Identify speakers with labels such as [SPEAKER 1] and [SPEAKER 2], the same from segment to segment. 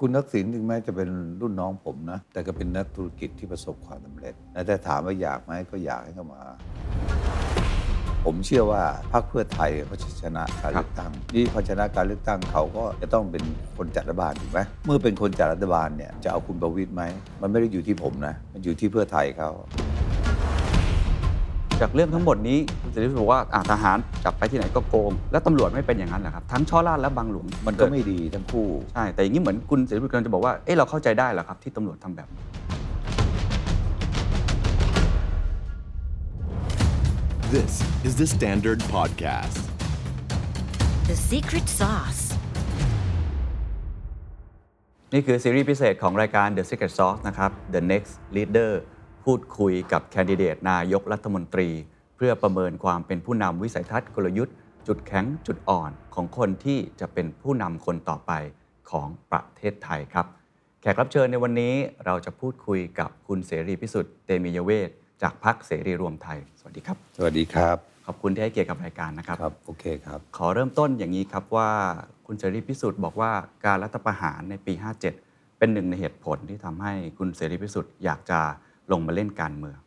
[SPEAKER 1] คุณทักษิณถึงแม้จะเป็นรุ่นน้องผมนะ แต่ก็เป็นนักธุรกิจที่ประสบความสำเร็จนะแต่ถามว่าอยากไหมก็อยากให้เขามา ผมเชื่อว่าพรรคเพื่อไทยเขาจะชนะการเลือกตั้ง นี่พอชนะการเลือกตั้งเขาก็จะต้องเป็นคนจัดรัฐบาลถูกไหมเมื่อเป็นคนจัดรัฐบาลเนี่ยจะเอาคุณประวิตยไหมมันไม่ได้อยู่ที่ผมนะ มันอยู่ที่เพื่อไทยเขา
[SPEAKER 2] จากเรื่องทั้งหมดนี้คุณสิริพัฒน์บอกว่าอ่ะทหารจับไปที่ไหนก็โกง แล้วตำรวจไม่เป็นอย่างนั้นเหรอครับ ทั้งช่อลาดและบางหลวง
[SPEAKER 1] มันก็ไม่ดีทั้งคู่
[SPEAKER 2] ใช่ แต่อย่างนี้เหมือนคุณสิริพัฒน์กำลังจะบอกว่า เอะเราเข้าใจได้เหรอครับที่ตำรวจทำแบบนี้
[SPEAKER 3] This is the Standard Podcast.
[SPEAKER 4] The secret sauce.
[SPEAKER 2] นี่คือซีรีส์พิเศษของรายการ The Secret Sauce นะครับ The Next Leader พูดคุยกับแคนดิเดตนายกรัฐมนตรี เพื่อประเมินความเป็นผู้นำวิสัยทัศน์กลยุทธ์ จุดแข็งจุดอ่อนของคนที่จะเป็นผู้นำคนต่อไปของประเทศไทยครับ แขกรับเชิญในวันนี้เราจะพูดคุยกับคุณเสรีพิสุทธิ์เตมียเวทจากพรรคเสรีรวมไทย สวัสดีครับ
[SPEAKER 1] สวัสดีครับ
[SPEAKER 2] ขอบคุณที่ให้เกียรติกับรายการนะครับ
[SPEAKER 1] ครับโอเคครับ
[SPEAKER 2] ขอเริ่มต้นอย่างนี้ครับว่าคุณเสรีพิสุทธิ์บอกว่าการรัฐประหารในปี 57 เป็นหนึ่งในเหตุผลที่ทำให้คุณเสรีพิสุทธิ์อยากจะลงมาเล่นการเมือง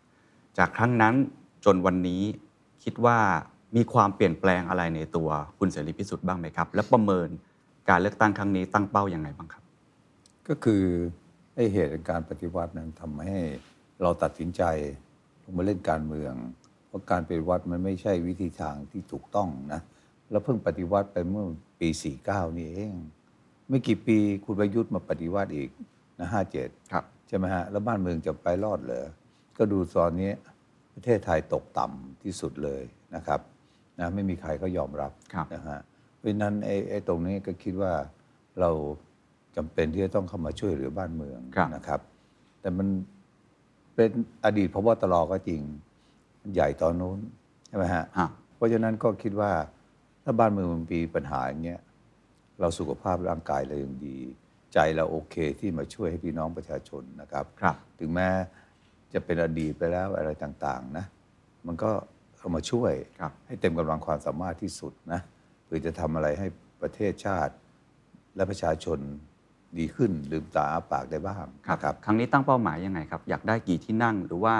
[SPEAKER 2] จากครั้งนั้นจนวันนี้คิดว่ามีความเปลี่ยนแปลงอะไรในตัวคุณเสรีพิสุทธิ์บ้างไหมครับ และประเมินการเลือกตั้งครั้งนี้ตั้งเป้ายังไงบ้างครับ
[SPEAKER 1] ก็คือไอ้เหตุการปฏิวัตินั้นทำให้เราตัดสินใจลงมาเล่นการเมือง เพราะการปฏิวัติมันไม่ใช่วิธีทางที่ถูกต้องนะแล้วเพิ่งปฏิวัติไปเมื่อปี 49 นี่เอง ไม่กี่ปีคุณประยุทธ์มาปฏิวัติอีกนะ57
[SPEAKER 2] ครับ
[SPEAKER 1] ใช่ไหมฮะ แล้วบ้านเมืองจะไปรอดเหรอ ก็ดูตอนนี้ประเทศไทยตกต่ำที่สุดเลยนะครับนะไม่มีใครเขายอมรับ
[SPEAKER 2] ครับ
[SPEAKER 1] นะฮะเพราะฉะนั้นไอ้ไอ้ตรงนี้ก็คิดว่าเราจำเป็นที่จะต้องเข้ามาช่วยเหลือบ้านเมือง
[SPEAKER 2] ครับ
[SPEAKER 1] นะครับ แต่มันเป็นอดีตพบตรก็จริงใหญ่ตอนนู้นใช่ไหมฮะ
[SPEAKER 2] อ่ะ
[SPEAKER 1] เพราะฉะนั้นก็คิดว่าถ้าบ้านเมืองมันมีปัญหาอย่างเงี้ยเราสุขภาพร่างกายเรายังดี ใจเราโอเคที่มาช่วยให้พี่น้องประชาชนนะครับ
[SPEAKER 2] ครับ
[SPEAKER 1] ถึงแม้จะเป็นอดีตไปแล้วอะไรต่างๆนะ มันก็เอามาช่วย
[SPEAKER 2] ครับ
[SPEAKER 1] ให้เต็มกำลังความสามารถที่สุดนะเพื่อจะทำอะไรให้ประเทศชาติ และประชาชนดีขึ้นลืมตาอ้าปากได้บ้าง
[SPEAKER 2] ครับ
[SPEAKER 1] นะครับ
[SPEAKER 2] ครั้งนี้ตั้งเป้าหมายยังไงครับ อยากได้กี่ที่นั่งหรือว่า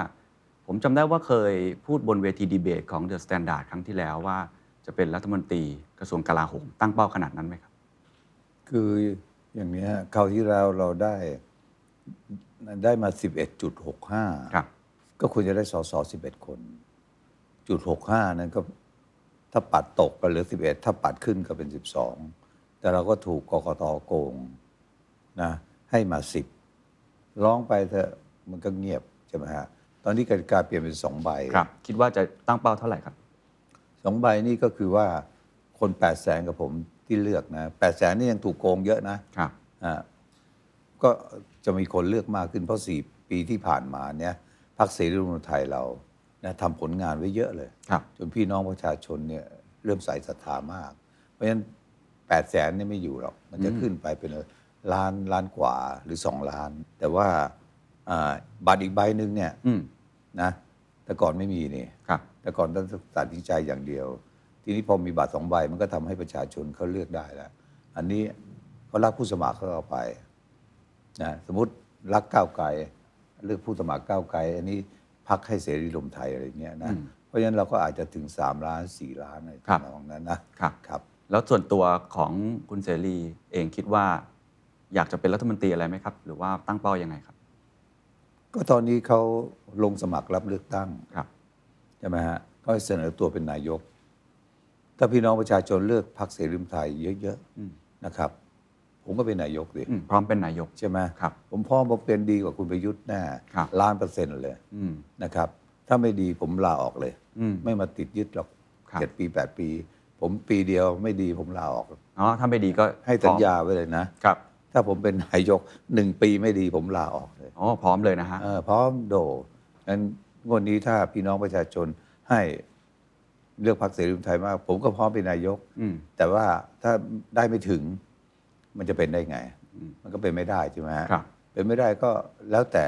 [SPEAKER 2] ผมจำได้ว่าเคยพูดบนเวทีดีเบตของเดอะสแตนดาร์ดครั้งที่แล้วว่าจะเป็นรัฐมนตรีกระทรวงกลาโหมตั้งเป้าขนาดนั้นไหมครับ
[SPEAKER 1] คืออย่างเนี้ยคราวที่แล้วเราได้ได้มา 11.65
[SPEAKER 2] ครับ
[SPEAKER 1] ก็ควรจะได้สส11 คนจุด65 นั้นก็ถ้าปัดตกก็เหลือ 11 ถ้าปัดขึ้นก็เป็น 12 แต่เราก็ถูกกกตโกงนะให้มา 10 ร้องไปเถอะมันก็เงียบใช่ไหมฮะ ตอนนี้กติกาเปลี่ยนเป็น 2 ใบ
[SPEAKER 2] ครับ คิดว่าจะตั้งเป้าเท่าไหร่ครับ
[SPEAKER 1] สองใบนี่ก็คือว่าคน8 0 0แสนกับผมที่เลือกนะ8 0 0แสนนี่ยังถูกโกงเยอะนะ
[SPEAKER 2] ครับ
[SPEAKER 1] อ่าก็จะมีคนเลือกมากขึ้นเพราะสี่ปีที่ผ่านมาเนี่ยพรรคเสรีรวมไทยเรานะทำผลงานไว้เยอะเลย
[SPEAKER 2] ครับ
[SPEAKER 1] จนพี่น้องประชาชนเนี่ยเริ่มใส่ศรัทธามาก เพราะฉะนั้น8ปดแสนนี่ยไม่อยู่หรอก มันจะขึ้นไปเป็นล้านล้านกว่าหรือ 2 ล้าน แต่ว่าอ่าบัตรอีกใบหนึ่งเนี่ย
[SPEAKER 2] อืม
[SPEAKER 1] นะแต่ก่อนไม่มีนี่
[SPEAKER 2] ครับ
[SPEAKER 1] แต่ก่อนต้องตัดสินใจอย่างเดียว ทีนี้พอมีบัตรสองใบมันก็ทำให้ประชาชนเขาเลือกได้แล้ว อันนี้เขารักผู้สมัครเขาเอาไปนะสมมติรักก้าวไกลเลือกผู้สมัครก้าวไกล อันนี้พักให้เสรีรวมไทยอะไรเงี้ยนะ เพราะฉะนั้นเราก็อาจจะถึง 3 ล้าน 4 ล้านอะไร
[SPEAKER 2] ครับ
[SPEAKER 1] ทำนองนั้นนะครับ ครับ
[SPEAKER 2] แล้วส่วนตัวของคุณเสรีเองคิดว่า อยากจะเป็นรัฐมนตรีอะไรไหมครับ หรือว่าตั้งเป้ายังไงครับ
[SPEAKER 1] ก็ตอนนี้เขาลงสมัครรับเลือกตั้ง
[SPEAKER 2] ครับ
[SPEAKER 1] ใช่ไหมฮะก็เสนอตัวเป็นนายก ถ้าพี่น้องประชาชนเลือกพรรคเสรีรวมไทยเยอะ
[SPEAKER 2] อืม
[SPEAKER 1] ๆนะครับ ผมก็เป็นนายกดิ
[SPEAKER 2] อืมพร้อมเป็นนายก
[SPEAKER 1] ใช่ไหม
[SPEAKER 2] ครับ
[SPEAKER 1] ผมพร้อมผมเป็นดีกว่าคุณประยุทธ์แน่
[SPEAKER 2] ครับ
[SPEAKER 1] ล้านเปอร์เซ็นต์เลย
[SPEAKER 2] อืม
[SPEAKER 1] นะครับ ถ้าไม่ดีผมลาออกเลย
[SPEAKER 2] อืม
[SPEAKER 1] ไม่มาติดยึดหรอก
[SPEAKER 2] ครับ
[SPEAKER 1] เจ็ดปีแปดปี ผมปีเดียวไม่ดีผมลาออก
[SPEAKER 2] อ๋อถ้าไม่ดีก็
[SPEAKER 1] ให้สัญญาไว้เลยนะ
[SPEAKER 2] ครับ
[SPEAKER 1] ถ้าผมเป็นนายกหนึ่งปีไม่ดีผมลาออกเลย
[SPEAKER 2] อ๋อพร้อมเลยนะฮะ
[SPEAKER 1] เออพร้อมโดงั้นงวดนี้ถ้าพี่น้องประชาชนให้เลือกพรรคเสรีรวมไทยมาก ผมก็พร้อมเป็นนายก
[SPEAKER 2] อืม
[SPEAKER 1] แต่ว่าถ้าได้ไม่ถึงมันจะเป็นได้ไง
[SPEAKER 2] อืม
[SPEAKER 1] มันก็เป็นไม่ได้ใช่ไหมฮะ
[SPEAKER 2] ครับ
[SPEAKER 1] เป็นไม่ได้ก็แล้วแต่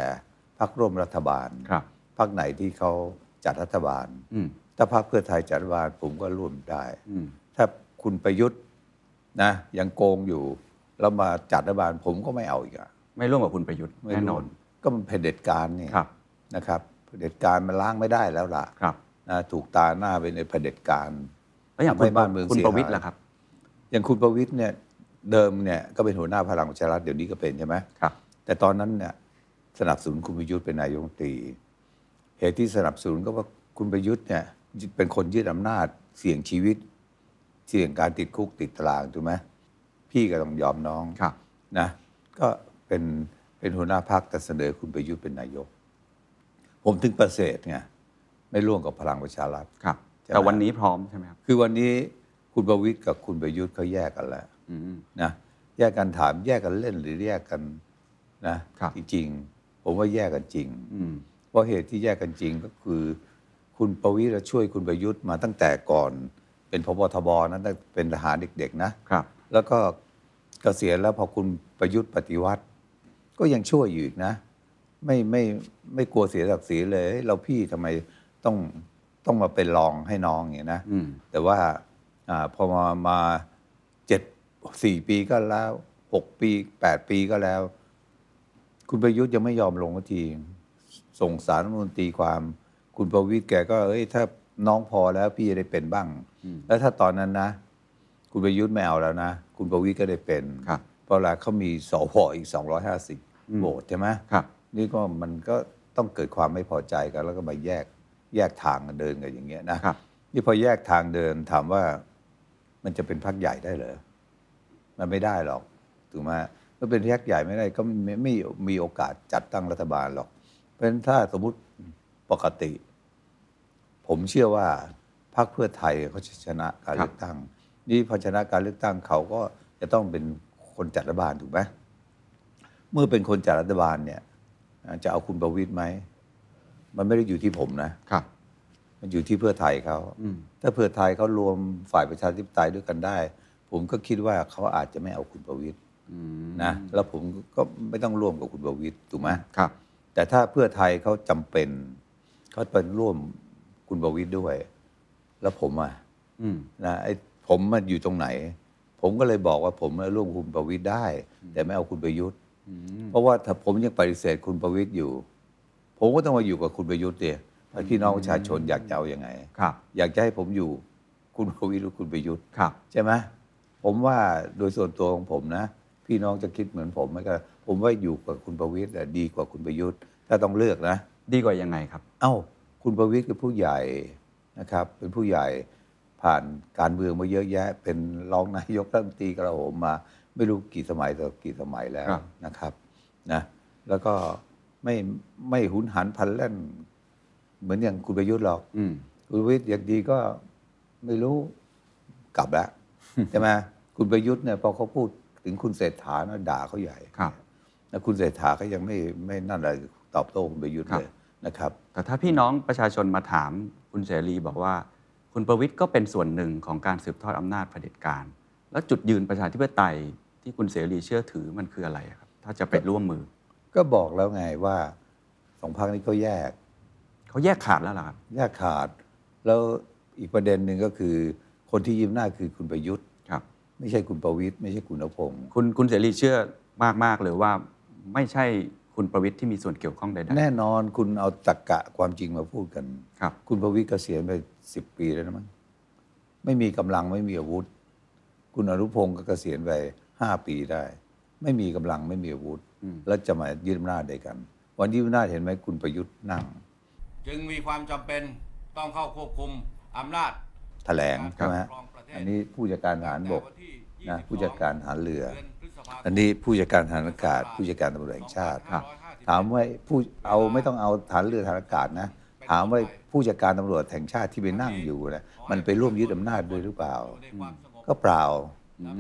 [SPEAKER 1] พรรคร่วมรัฐบาล
[SPEAKER 2] ครับ
[SPEAKER 1] พรรคไหนที่เขาจัดรัฐบาล
[SPEAKER 2] อืม
[SPEAKER 1] ถ้าพรรคเพื่อไทยจัดรัฐบาลผมก็ร่วมได้
[SPEAKER 2] อืม
[SPEAKER 1] ถ้าคุณประยุทธ์นะยังโกงอยู่ แล้วมาจัดรัฐบาลผมก็ไม่เอาอีกอะ
[SPEAKER 2] ไม่ร่วมกับคุณประยุทธ์
[SPEAKER 1] ไม่
[SPEAKER 2] แน่
[SPEAKER 1] รู้
[SPEAKER 2] นอน
[SPEAKER 1] ก็มันเผด็จการนี่
[SPEAKER 2] ครับ
[SPEAKER 1] นะครับเผด็จการมันล้างไม่ได้แล้วล่ะ
[SPEAKER 2] ครับ
[SPEAKER 1] นะถูกตาหน้าเป็นไอ้เผด็จการ
[SPEAKER 2] แล้วอย่าง
[SPEAKER 1] ทำ
[SPEAKER 2] คุณ
[SPEAKER 1] ให้บ้านเมือง
[SPEAKER 2] คุณ
[SPEAKER 1] เสีย
[SPEAKER 2] ประวิตร
[SPEAKER 1] หาย
[SPEAKER 2] ล่ะครับ
[SPEAKER 1] อย่างคุณประวิตยเนี่ยเดิมเนี่ยก็เป็นหัวหน้าพลังประชารัฐเดี๋ยวนี้ก็เป็นใช่ไหม
[SPEAKER 2] ครับ
[SPEAKER 1] แต่ตอนนั้นเนี่ยสนับสนุนคุณประยุทธ์เป็นนายกรัฐมนตรีเหตุที่สนับสนุนก็ว่าคุณประยุทธ์เนี่ยเป็นคนยึดอำนาจเสี่ยงชีวิต เสี่ยงการติดคุกติดตารางถูกไหมพี่ก็ต้องยอมน้อง
[SPEAKER 2] ครับ
[SPEAKER 1] นะก็เป็นเป็นหัวหน้าพักแต่เสนอคุณประยุทธ์เป็นนายก ผมถึงประเสริฐไงไม่ร่วมกับพลังประชารัฐ
[SPEAKER 2] ครับ
[SPEAKER 1] ใช่ไหม
[SPEAKER 2] แต่วันนี้พร้อมใช่ไหมครับ
[SPEAKER 1] คือวันนี้คุณประวิตยกับคุณประยุทธ์เขาแยกกันแล้ว
[SPEAKER 2] อืม
[SPEAKER 1] นะแยกกันถามแยกกันเล่นหรือแยกกันนะครับ จริงๆผมว่าแยกกันจริง
[SPEAKER 2] อืม
[SPEAKER 1] เพราะเหตุที่แยกกันจริงก็คือ คุณประวิตรช่วยคุณประยุทธ์มาตั้งแต่ก่อน เป็นพบทบนะตั้งเป็นทหารเด็กๆนะ
[SPEAKER 2] ครับ
[SPEAKER 1] แล้วก็เกษียณแล้วพอคุณประยุทธ์ปฏิวัติ ก็ยังช่วยอยู่อีกนะ ไม่ไม่ไม่กลัวเสียศักดิ์ศรีเลยเฮ้ยเราพี่ทำไมต้องต้องมาเป็นรองให้น้องอย่างนี้ยนะ
[SPEAKER 2] อืม
[SPEAKER 1] แต่ว่าอาพอมามาเจ็ดสี่ปีก็แล้วหกปีแปดปีก็แล้ว คุณประยุทธ์ยังไม่ยอมลงสักทีส่งสารรัฐธรรมนูลตีความ คุณประวิทย์แกก็เอ้ยถ้าน้องพอแล้วพี่จะได้เป็นบ้าง แล้วถ้าตอนนั้นนะ คุณประยุทธ์ไม่เอาแล้วนะ คุณประวิทย์ก็ได้เป็น
[SPEAKER 2] ครับ
[SPEAKER 1] เพราะว่าเขามีสวอีก 250โหวตใช่ไหม
[SPEAKER 2] ครับ
[SPEAKER 1] นี่ก็มันก็ต้องเกิดความไม่พอใจกัน แล้วก็มาแยกแยกทางกันเดินกันอย่างเงี้ยนะ
[SPEAKER 2] ครับ
[SPEAKER 1] นี่พอแยกทางเดินถามว่ามันจะเป็นพักใหญ่ได้เหรอ มันไม่ได้หรอกถูกไหมเมื่อเป็นพักใหญ่ไม่ได้ก็ไม่ไม่ไม่มีโอกาสจัดตั้งรัฐบาลหรอก เพราะฉะนั้นถ้าสมมติปกติ ผมเชื่อว่าพรรคเพื่อไทยเขาจะชนะการ
[SPEAKER 2] ครับ
[SPEAKER 1] เลือกตั้ง นี่พอชนะการเลือกตั้งเขาก็จะต้องเป็นคนจัดรัฐบาลถูกไหมเมื่อเป็นคนจัดรัฐบาลเนี่ยจะเอาคุณประวิตยไหมมันไม่ได้อยู่ที่ผมนะ
[SPEAKER 2] ครับ
[SPEAKER 1] มันอยู่ที่เพื่อไทยเขา
[SPEAKER 2] อืม
[SPEAKER 1] ถ้าเพื่อไทยเขารวมฝ่ายประชาธิปไตยด้วยกันได้ ผมก็คิดว่าเขาอาจจะไม่เอาคุณประวิตย
[SPEAKER 2] อืม
[SPEAKER 1] นะ แล้วผมก็ไม่ต้องร่วมกับคุณประวิตยถูกไหม
[SPEAKER 2] ครับ
[SPEAKER 1] แต่ถ้าเพื่อไทยเขาจำเป็นเขาเป็นร่วมคุณประวิตยด้วย แล้วผมอ่ะ
[SPEAKER 2] อืม
[SPEAKER 1] นะไอ้ผมมันอยู่ตรงไหน ผมก็เลยบอกว่าผมร่วมคุณประวิตยได้ แต่ไม่เอาคุณประยุทธ์
[SPEAKER 2] อืม
[SPEAKER 1] เพราะว่าถ้าผมยังปฏิเสธคุณประวิตยอยู่ ผมก็ต้องมาอยู่กับคุณประยุทธ์เดียพี่น้องประชาชนอยากจะเอายังไง
[SPEAKER 2] ครับ
[SPEAKER 1] อยากจะให้ผมอยู่ คุณประวิตรหรือคุณประยุทธ์
[SPEAKER 2] ครับ
[SPEAKER 1] ใช่ไหมผมว่าโดยส่วนตัวของผมนะ พี่น้องจะคิดเหมือนผมไหมก็ ผมว่าอยู่กับคุณประวิตรอะดีกว่าคุณประยุทธ์ ถ้าต้องเลือกนะ
[SPEAKER 2] ดีกว่ายังไงครับ
[SPEAKER 1] เอ้า คุณประวิตรคือผู้ใหญ่นะครับ เป็นผู้ใหญ่ผ่านการเมืองมาเยอะแยะ เป็นรองนายกรัฐมนตรีกระผมมา ไม่รู้กี่สมัยต่อกี่สมัยแล้ว
[SPEAKER 2] ครับ
[SPEAKER 1] นะครับนะแล้วก็ไม่ไม่หุนหันพลันแล่น เหมือนอย่างคุณประยุทธ์หรอก
[SPEAKER 2] อืม
[SPEAKER 1] คุณประวิทย์อย่างดีก็ไม่รู้กลับแล้ว ใช่ไหมคุณประยุทธ์เนี่ยพอเขาพูดถึงคุณเศรษฐานะด่าเขาใหญ่
[SPEAKER 2] ครับ
[SPEAKER 1] แล้วคุณเศรษฐาก็ยังไม่ไม่นั่นอะไรตอบโต้คุณประยุทธ์
[SPEAKER 2] ครับ
[SPEAKER 1] เลยนะครับ
[SPEAKER 2] แต่ถ้าพี่น้องประชาชนมาถามคุณเสรีบอกว่า คุณประวิทย์ก็เป็นส่วนหนึ่งของการสืบทอดอำนาจเผด็จการ แล้วจุดยืนประชาธิปไตยที่คุณเสรีเชื่อถือมันคืออะไรอะครับ ถ้าจะไปร่วมมือ
[SPEAKER 1] ก็บอกแล้วไงว่าสองพักนี้ก็แยก
[SPEAKER 2] เขาแยกขาดแล้วเหรอครับ
[SPEAKER 1] แยกขาด แล้วอีกประเด็นหนึ่งก็คือ คนที่ยิ้มหน้าคือคุณประยุทธ์
[SPEAKER 2] ครับ
[SPEAKER 1] ไม่ใช่คุณประวิทย์ไม่ใช่คุณณพงศ์
[SPEAKER 2] คุณคุณเสรีเชื่อมากมากๆเลยว่าไม่ใช่คุณประวิทย์ที่มีส่วนเกี่ยวข้องใด
[SPEAKER 1] แน่นอนคุณเอาตรกกะความจริงมาพูดกัน
[SPEAKER 2] ๆครับ
[SPEAKER 1] คุณประวิตรเกษียณไปสิบปีแล้วนะมั้งไม่มีกำลังไม่มีอาวุธ คุณอนุพงศ์ก็เกษียณไปห้าปีได้ ไม่มีกำลังไม่มีอาวุธ แล้วจะมายึดอำนาจได้กัน วันยึดอำนาจเห็นไหมคุณประยุทธ์นั่ง
[SPEAKER 5] จึงมีความจำเป็นต้องเข้าควบคุมอำนาจ
[SPEAKER 1] แถลงใช่ไหมฮะ
[SPEAKER 5] ครับ
[SPEAKER 1] อันนี้ผู้จัดการทหารบก
[SPEAKER 5] แต่วันที่
[SPEAKER 1] นะ
[SPEAKER 5] 22
[SPEAKER 1] ผู้จัดการทหารเรือ
[SPEAKER 5] เดือนพฤษภาค
[SPEAKER 1] อัน
[SPEAKER 5] ม
[SPEAKER 1] นี้ผู้จัดการทหารอากาศ ผู้จัดการตำรวจแห่งชาติ
[SPEAKER 5] ครับ
[SPEAKER 1] ถามว่าผู้เอาไม่ต้องเอาฐานเรือฐานอากาศนะ ถามว่าผู้จัดการตำรวจแห่งชาติที่ไปนั่งอยู่นะมันไปร่วมยึดอำนาจด้วยหรือเปล่า
[SPEAKER 5] อยู่ในความสงบ
[SPEAKER 1] ก็เปล่า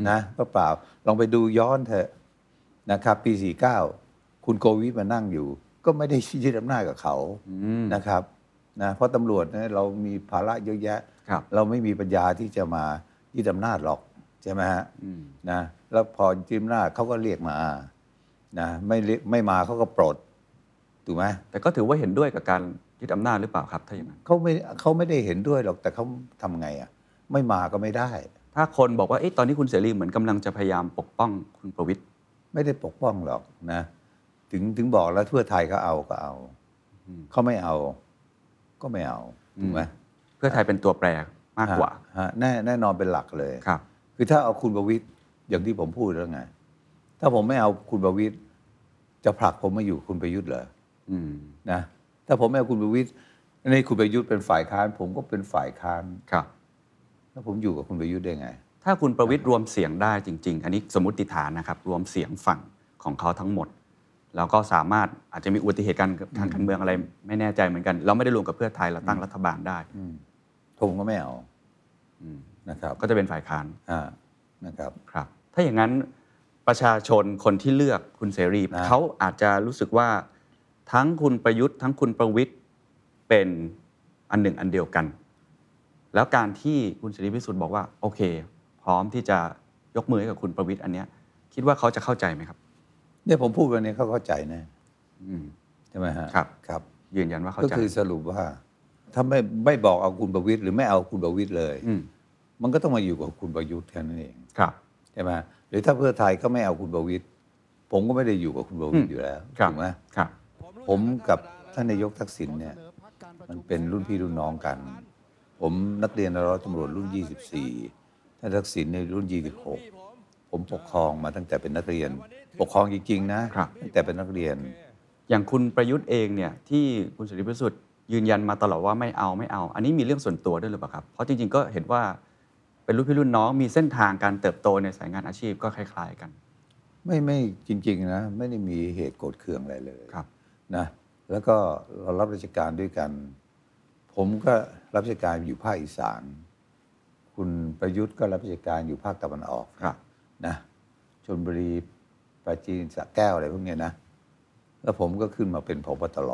[SPEAKER 1] นะก็เปล่าลองไปดูย้อนเถอะนะครับ ปี 49 คุณโกวิทมานั่งอยู่ ก็ไม่ได้ยึดอำนาจกับเขานะครับนะเพราะตำรวจเนี่ยเรามีภาระเยอะแยะ
[SPEAKER 2] ครับ
[SPEAKER 1] เราไม่มีปัญญาที่จะมายึดอำนาจหรอก ใช่ไหมฮะนะแล้วพอยึดอำนาจเขาก็เรียกมานะไม่เรียกไม่มาเขาก็ปลดถูกไหม
[SPEAKER 2] แต่ก็ถือว่าเห็นด้วยกับการยึดอำนาจหรือเปล่าครับถ้าอย่างนั้น
[SPEAKER 1] เขาไม่เขาไม่ได้เห็นด้วยหรอกแต่เขาทำไงอ่ะ ไม่มาก็ไม่ได้
[SPEAKER 2] ถ้าคนบอกว่าเอะตอนนี้คุณเสรีเหมือนกำลังจะพยายามปกป้องคุณประวิตย
[SPEAKER 1] ไม่ได้ปกป้องหรอกนะ ถึงถึงบอกแล้วเพื่อไทยเขาเอาก็เอา
[SPEAKER 2] อืม
[SPEAKER 1] เขาไม่เอา ก็ไม่เอาถูกไหม
[SPEAKER 2] เพื่อไทยเป็นตัวแปรมากกว่า
[SPEAKER 1] ฮะฮะแน่แน่นอนเป็นหลักเลย
[SPEAKER 2] ครับ
[SPEAKER 1] คือถ้าเอาคุณประวิตยอย่างที่ผมพูดแล้วไง ถ้าผมไม่เอาคุณประวิตยจะผลักผมมาอยู่คุณประยุทธ์เหรอ
[SPEAKER 2] อืม
[SPEAKER 1] นะถ้าผมไม่เอาคุณประวิตยในคุณประยุทธ์เป็นฝ่ายค้าน ผมก็เป็นฝ่ายค้าน
[SPEAKER 2] ครับ
[SPEAKER 1] แล้วผมอยู่กับคุณประยุทธ์ได้ไง
[SPEAKER 2] ถ้าคุณประวิตยรวมเสียงได้จริง ๆ อันนี้สมมติฐานนะครับ รวมเสียงฝั่งของเขาทั้งหมด แล้วก็สามารถอาจจะมีอุบัติเหตุการณ์ทางการเมืองอะไรไม่แน่ใจเหมือนกัน เราไม่ได้รวมกับเพื่อไทยเราตั้งรัฐบาลได้
[SPEAKER 1] อืมผมก็ไม่เอา
[SPEAKER 2] อืม
[SPEAKER 1] นะครับ
[SPEAKER 2] ก็จะเป็นฝ่ายค้าน
[SPEAKER 1] อ่านะครับ
[SPEAKER 2] ครับ ถ้าอย่างนั้นประชาชนคนที่เลือกคุณเสรี
[SPEAKER 1] นะ
[SPEAKER 2] เขาอาจจะรู้สึกว่าทั้งคุณประยุทธ์ ทั้งคุณประวิตยเป็นอันหนึ่งอันเดียวกัน แล้วการที่คุณเสรีพิสุทธิ์บอกว่าโอเค พร้อมที่จะยกมือให้กับคุณประวิตยอันเนี้ยคิดว่าเขาจะเข้าใจไหมครับ
[SPEAKER 1] เนี่ยผมพูดวันนี้เขาเข้าใจนะ
[SPEAKER 2] อืม
[SPEAKER 1] ใช่ไหมฮะ
[SPEAKER 2] ครับ
[SPEAKER 1] ครับ
[SPEAKER 2] ยืนยันว่าเข้า
[SPEAKER 1] ก็
[SPEAKER 2] ใจ
[SPEAKER 1] คือสรุปว่า ถ้าไม่ไม่บอกเอาคุณประวิตยหรือไม่เอาคุณประวิตยเลย
[SPEAKER 2] อืม
[SPEAKER 1] มันก็ต้องมาอยู่กับคุณประยุทธ์แค่นั้นเอง
[SPEAKER 2] ครับ
[SPEAKER 1] ใช่ไหมหรือถ้าเพื่อไทยก็ไม่เอาคุณประวิตยผมก็ไม่ได้อยู่กับคุณประวิตย
[SPEAKER 2] อืม
[SPEAKER 1] อยู่แล้ว
[SPEAKER 2] ครับ
[SPEAKER 1] ถูกไหม
[SPEAKER 2] ครับ
[SPEAKER 1] ผมกับท่านนายกทักษิณเนี่ย มันเป็นรุ่นพี่รุ่นน้องกัน ผมนักเรียนนายร้อยตำรวจรุ่น 24 ท่านทักษิณในยรุ่น 26 ผมปกครองมาตั้งแต่เป็นนักเรียน ปกครองจริงๆนะครับ ตั้งแต่เป็นนักเรียน
[SPEAKER 2] อย่างคุณประยุทธ์เองเนี่ยที่คุณสุริพิสุทธิ์ยืนยันมาตลอดว่าไม่เอาไม่เอา อันนี้มีเรื่องส่วนตัวด้วยหรือเปล่าครับ เพราะจริงๆก็เห็นว่าเป็นรุ่นพี่รุ่นน้องมีเส้นทางการเติบโตในสายงานอาชีพก็คล้าย ๆ กัน
[SPEAKER 1] ไม่ไม่จริง ๆ นะ ไม่ได้มีเหตุโกรธเคืองอะไรเลย
[SPEAKER 2] ครับ
[SPEAKER 1] นะแล้วก็เรารับราชการด้วยกัน ผมก็รับราชการอยู่ภาคอีสาน คุณประยุทธ์ก็รับราชการอยู่ภาคตะวันออก
[SPEAKER 2] ครับ
[SPEAKER 1] นะชนบุรีปราจีนสระแก้วอะไรพวกเนี้ยนะ แล้วผมก็ขึ้นมาเป็นผบตร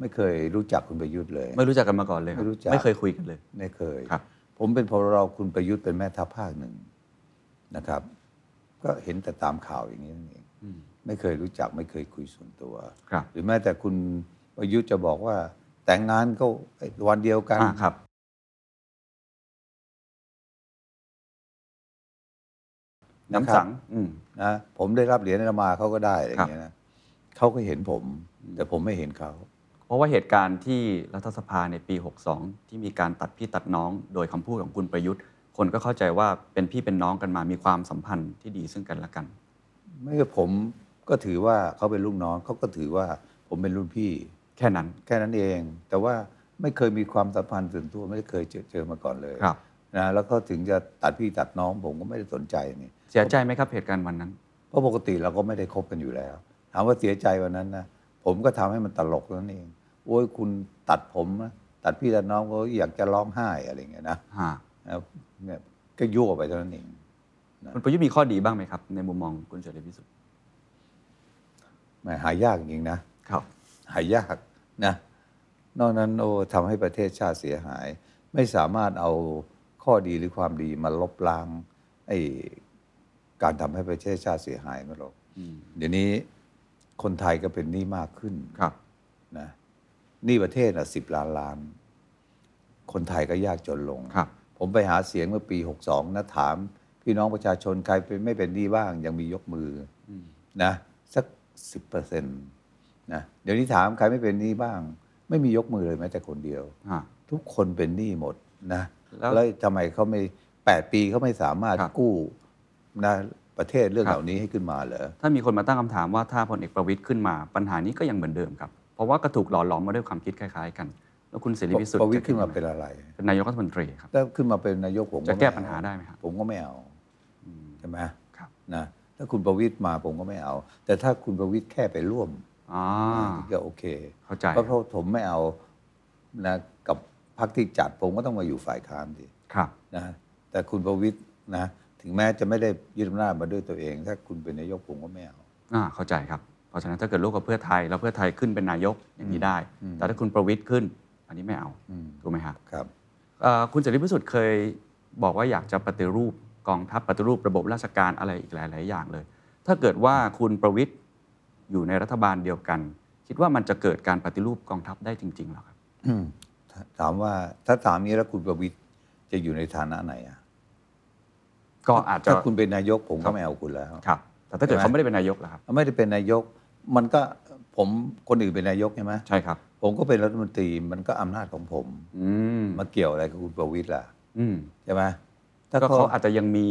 [SPEAKER 1] ไม่เคยรู้จักคุณประยุทธ์เลย
[SPEAKER 2] ไม่รู้จักกันมาก่อนเลยคบ
[SPEAKER 1] ไม่รู้จัก
[SPEAKER 2] ไม่เคยคุยกันเลย
[SPEAKER 1] ไม่เคย
[SPEAKER 2] ครับ
[SPEAKER 1] ผมเป็นพบตรคุณประยุทธ์เป็นแม่ทัพภาคหนึ่งนะครับ ก็เห็นแต่ตามข่าวอย่างนี้นั่นเอง
[SPEAKER 2] อืม
[SPEAKER 1] ไม่เคยรู้จักไม่เคยคุยส่วนตัว
[SPEAKER 2] ครับ
[SPEAKER 1] หรือแม้แต่คุณประยุทธ์จะบอกว่า แต่งงานก็วันเดียวกัน
[SPEAKER 2] อ่าครับ น้ำสังอืม
[SPEAKER 1] นะผมได้รับเหรียญนามาเขาก็ได้อะไรอย่างเงี้ยนะเขาก็เห็นผม แต่ผมไม่เห็นเขา
[SPEAKER 2] เพราะว่าเหตุการณ์ที่รัฐสภาในปี 62 ที่มีการตัดพี่ตัดน้อง โดยคำพูดของคุณประยุทธ์ คนก็เข้าใจว่าเป็นพี่เป็นน้องกันมามีความสัมพันธ์ที่ดีซึ่งกันและกัน
[SPEAKER 1] ไม่ก็ผมก็ถือว่าเขาเป็นลูกน้องเขาก็ถือว่าผมเป็นรุ่นพี่
[SPEAKER 2] แค่นั้น
[SPEAKER 1] แค่นั้นเอง แต่ว่าไม่เคยมีความสัมพันธ์ส่วนตัวไม่เคยเจอเจอมาก่อนเลย
[SPEAKER 2] ครับ
[SPEAKER 1] นะแล้วก็ถึงจะตัดพี่ตัดน้อง ผมก็ไม่ได้สนใจนี่
[SPEAKER 2] เสียใจไหมครับเหตุการณ์วันนั้น
[SPEAKER 1] เพราะปกติเราก็ไม่ได้คบกันอยู่แล้วถามว่าเสียใจวันนั้นนะผมก็ทำให้มันตลกนั่นเองโอ้ยคุณตัดผมนะตัดพี่ตัดน้องก็อยากจะร้องไห้อะไรอย่างเงี้ยนะ
[SPEAKER 2] ฮะ
[SPEAKER 1] นะเนี่ยก็ยั่วไปเท่านั้นเอง
[SPEAKER 2] คุณประยุทธ์มีข้อดีบ้างไหมครับ ในมุมมองคุณเฉลิมพิสุทธิ์
[SPEAKER 1] แหมหายากจริงๆนะ
[SPEAKER 2] ครับ
[SPEAKER 1] หายากนะ นอกนั้นโอ้ทำให้ประเทศชาติเสียหาย ไม่สามารถเอาข้อดีหรือความดีมาลบล้างไอ้การทำให้ประเทศชาติเสียหายมาหรอก
[SPEAKER 2] อืม
[SPEAKER 1] เดี๋ยวนี้คนไทยก็เป็นหนี้มากขึ้น
[SPEAKER 2] ครับ
[SPEAKER 1] นะหนี้ประเทศอ่ะสิบล้านล้าน คนไทยก็ยากจนลง
[SPEAKER 2] ครับ
[SPEAKER 1] ผมไปหาเสียงเมื่อปี 62 นะถาม พี่น้องประชาชนใครเป็นไม่เป็นหนี้บ้าง ยังมียกมืออนะสัก 10%นะเดี๋ยวนี้ถามใครไม่เป็นหนี้บ้าง ไม่มียกมือเลยแม้แต่คนเดียว
[SPEAKER 2] ฮะ
[SPEAKER 1] ทุกคนเป็นหนี้หมดนะ
[SPEAKER 2] แล้ว
[SPEAKER 1] แล้วทำไมเขาไม่ 8 ปีเขาไม่สามารถ
[SPEAKER 2] ครับ
[SPEAKER 1] กู้นะประเทศเรื่อง
[SPEAKER 2] ครั
[SPEAKER 1] เห
[SPEAKER 2] บ
[SPEAKER 1] ล่านี้ให้ขึ้นมาเหรอ
[SPEAKER 2] ถ้ามีคนมาตั้งคำถามว่าถ้าพลเอกประวิตยขึ้นมาปัญหานี้ก็ยังเหมือนเดิมครับ เพราะว่าก็ถูกหล่อหลอมมาด้วยความคิดคล้าย ๆ กัน แล้วคุณเสรีพิสุทธิ์
[SPEAKER 1] ประวิตรขึ้นมา
[SPEAKER 2] จะ
[SPEAKER 1] เป็นอะไร
[SPEAKER 2] เป็นนายกรัฐมนตรีครับ
[SPEAKER 1] ถ้าขึ้นมาเป็นนายกผม
[SPEAKER 2] จะ
[SPEAKER 1] ไม่
[SPEAKER 2] แก้
[SPEAKER 1] เอ
[SPEAKER 2] ปัญหาได้ไหมครับ
[SPEAKER 1] ผมก็ไม่เอาใช่ไหม
[SPEAKER 2] ครับ
[SPEAKER 1] นะถ้าคุณประวิตรมาผมก็ไม่เอา แต่ถ้าคุณประวิตรแค่ไปร่วม
[SPEAKER 2] อ๋อ
[SPEAKER 1] ที่ก็โอเค
[SPEAKER 2] เข้าใจ
[SPEAKER 1] เพราะผมไม่เอานะกับพรรคที่จัดผมก็ต้องมาอยู่ฝ่ายค้านดิ
[SPEAKER 2] ครับ
[SPEAKER 1] นะแต่คุณประวิตยนะถึงแม้จะไม่ได้ยึดอำนาจมาด้วยตัวเอง ถ้าคุณเป็นนายกผมก็ไม่เอา
[SPEAKER 2] อ่าเข้าใจครับ เพราะฉะนั้นถ้าเกิดร่วมกับเพื่อไทย แล้วเพื่อไทยขึ้นเป็นนายกอย่างนี้ได้
[SPEAKER 1] อืม
[SPEAKER 2] แต่ถ้าคุณประวิตยขึ้น อันนี้ไม่เอา
[SPEAKER 1] อืม
[SPEAKER 2] ถูกไหมครับ
[SPEAKER 1] ครับ
[SPEAKER 2] เอ่อคุณเสรีพิสุทธิ์เคยบอกว่าอยากจะปฏิรูปกองทัพปฏิรูประบบราชการอะไรอีกหลาย ๆ อย่างเลย ถ้าเกิดว่าคุณประวิทย์อยู่ในรัฐบาลเดียวกัน คิดว่ามันจะเกิดการปฏิรูปกองทัพได้จริง ๆ หรอครับ
[SPEAKER 1] ถามว่าถ้าถามนี้แล้วคุณประวิตยจะอยู่ในฐานะไหนอ่ะ
[SPEAKER 2] ก็อาจจะ
[SPEAKER 1] ถ้าคุณเป็นนายกผมก็ไม่เอาคุณแล้ว
[SPEAKER 2] ครับ แต่ถ้าเกิด
[SPEAKER 1] ใช่ไหม
[SPEAKER 2] เขาไม่ได้เป็นนายกล่ะครับ
[SPEAKER 1] ไม่ได้เป็นนายก มันก็ผมคนอื่นเป็นนายกใช่ไหม
[SPEAKER 2] ใช่ครับ
[SPEAKER 1] ผมก็เป็นรัฐมนตรีมันก็อำนาจของผม
[SPEAKER 2] อืม
[SPEAKER 1] มาเกี่ยวอะไรกับคุณประวิตยล่ะ
[SPEAKER 2] อืม
[SPEAKER 1] ใช่ไหม
[SPEAKER 2] ก็
[SPEAKER 1] ถ้าเขา
[SPEAKER 2] เขาอาจจะยังมี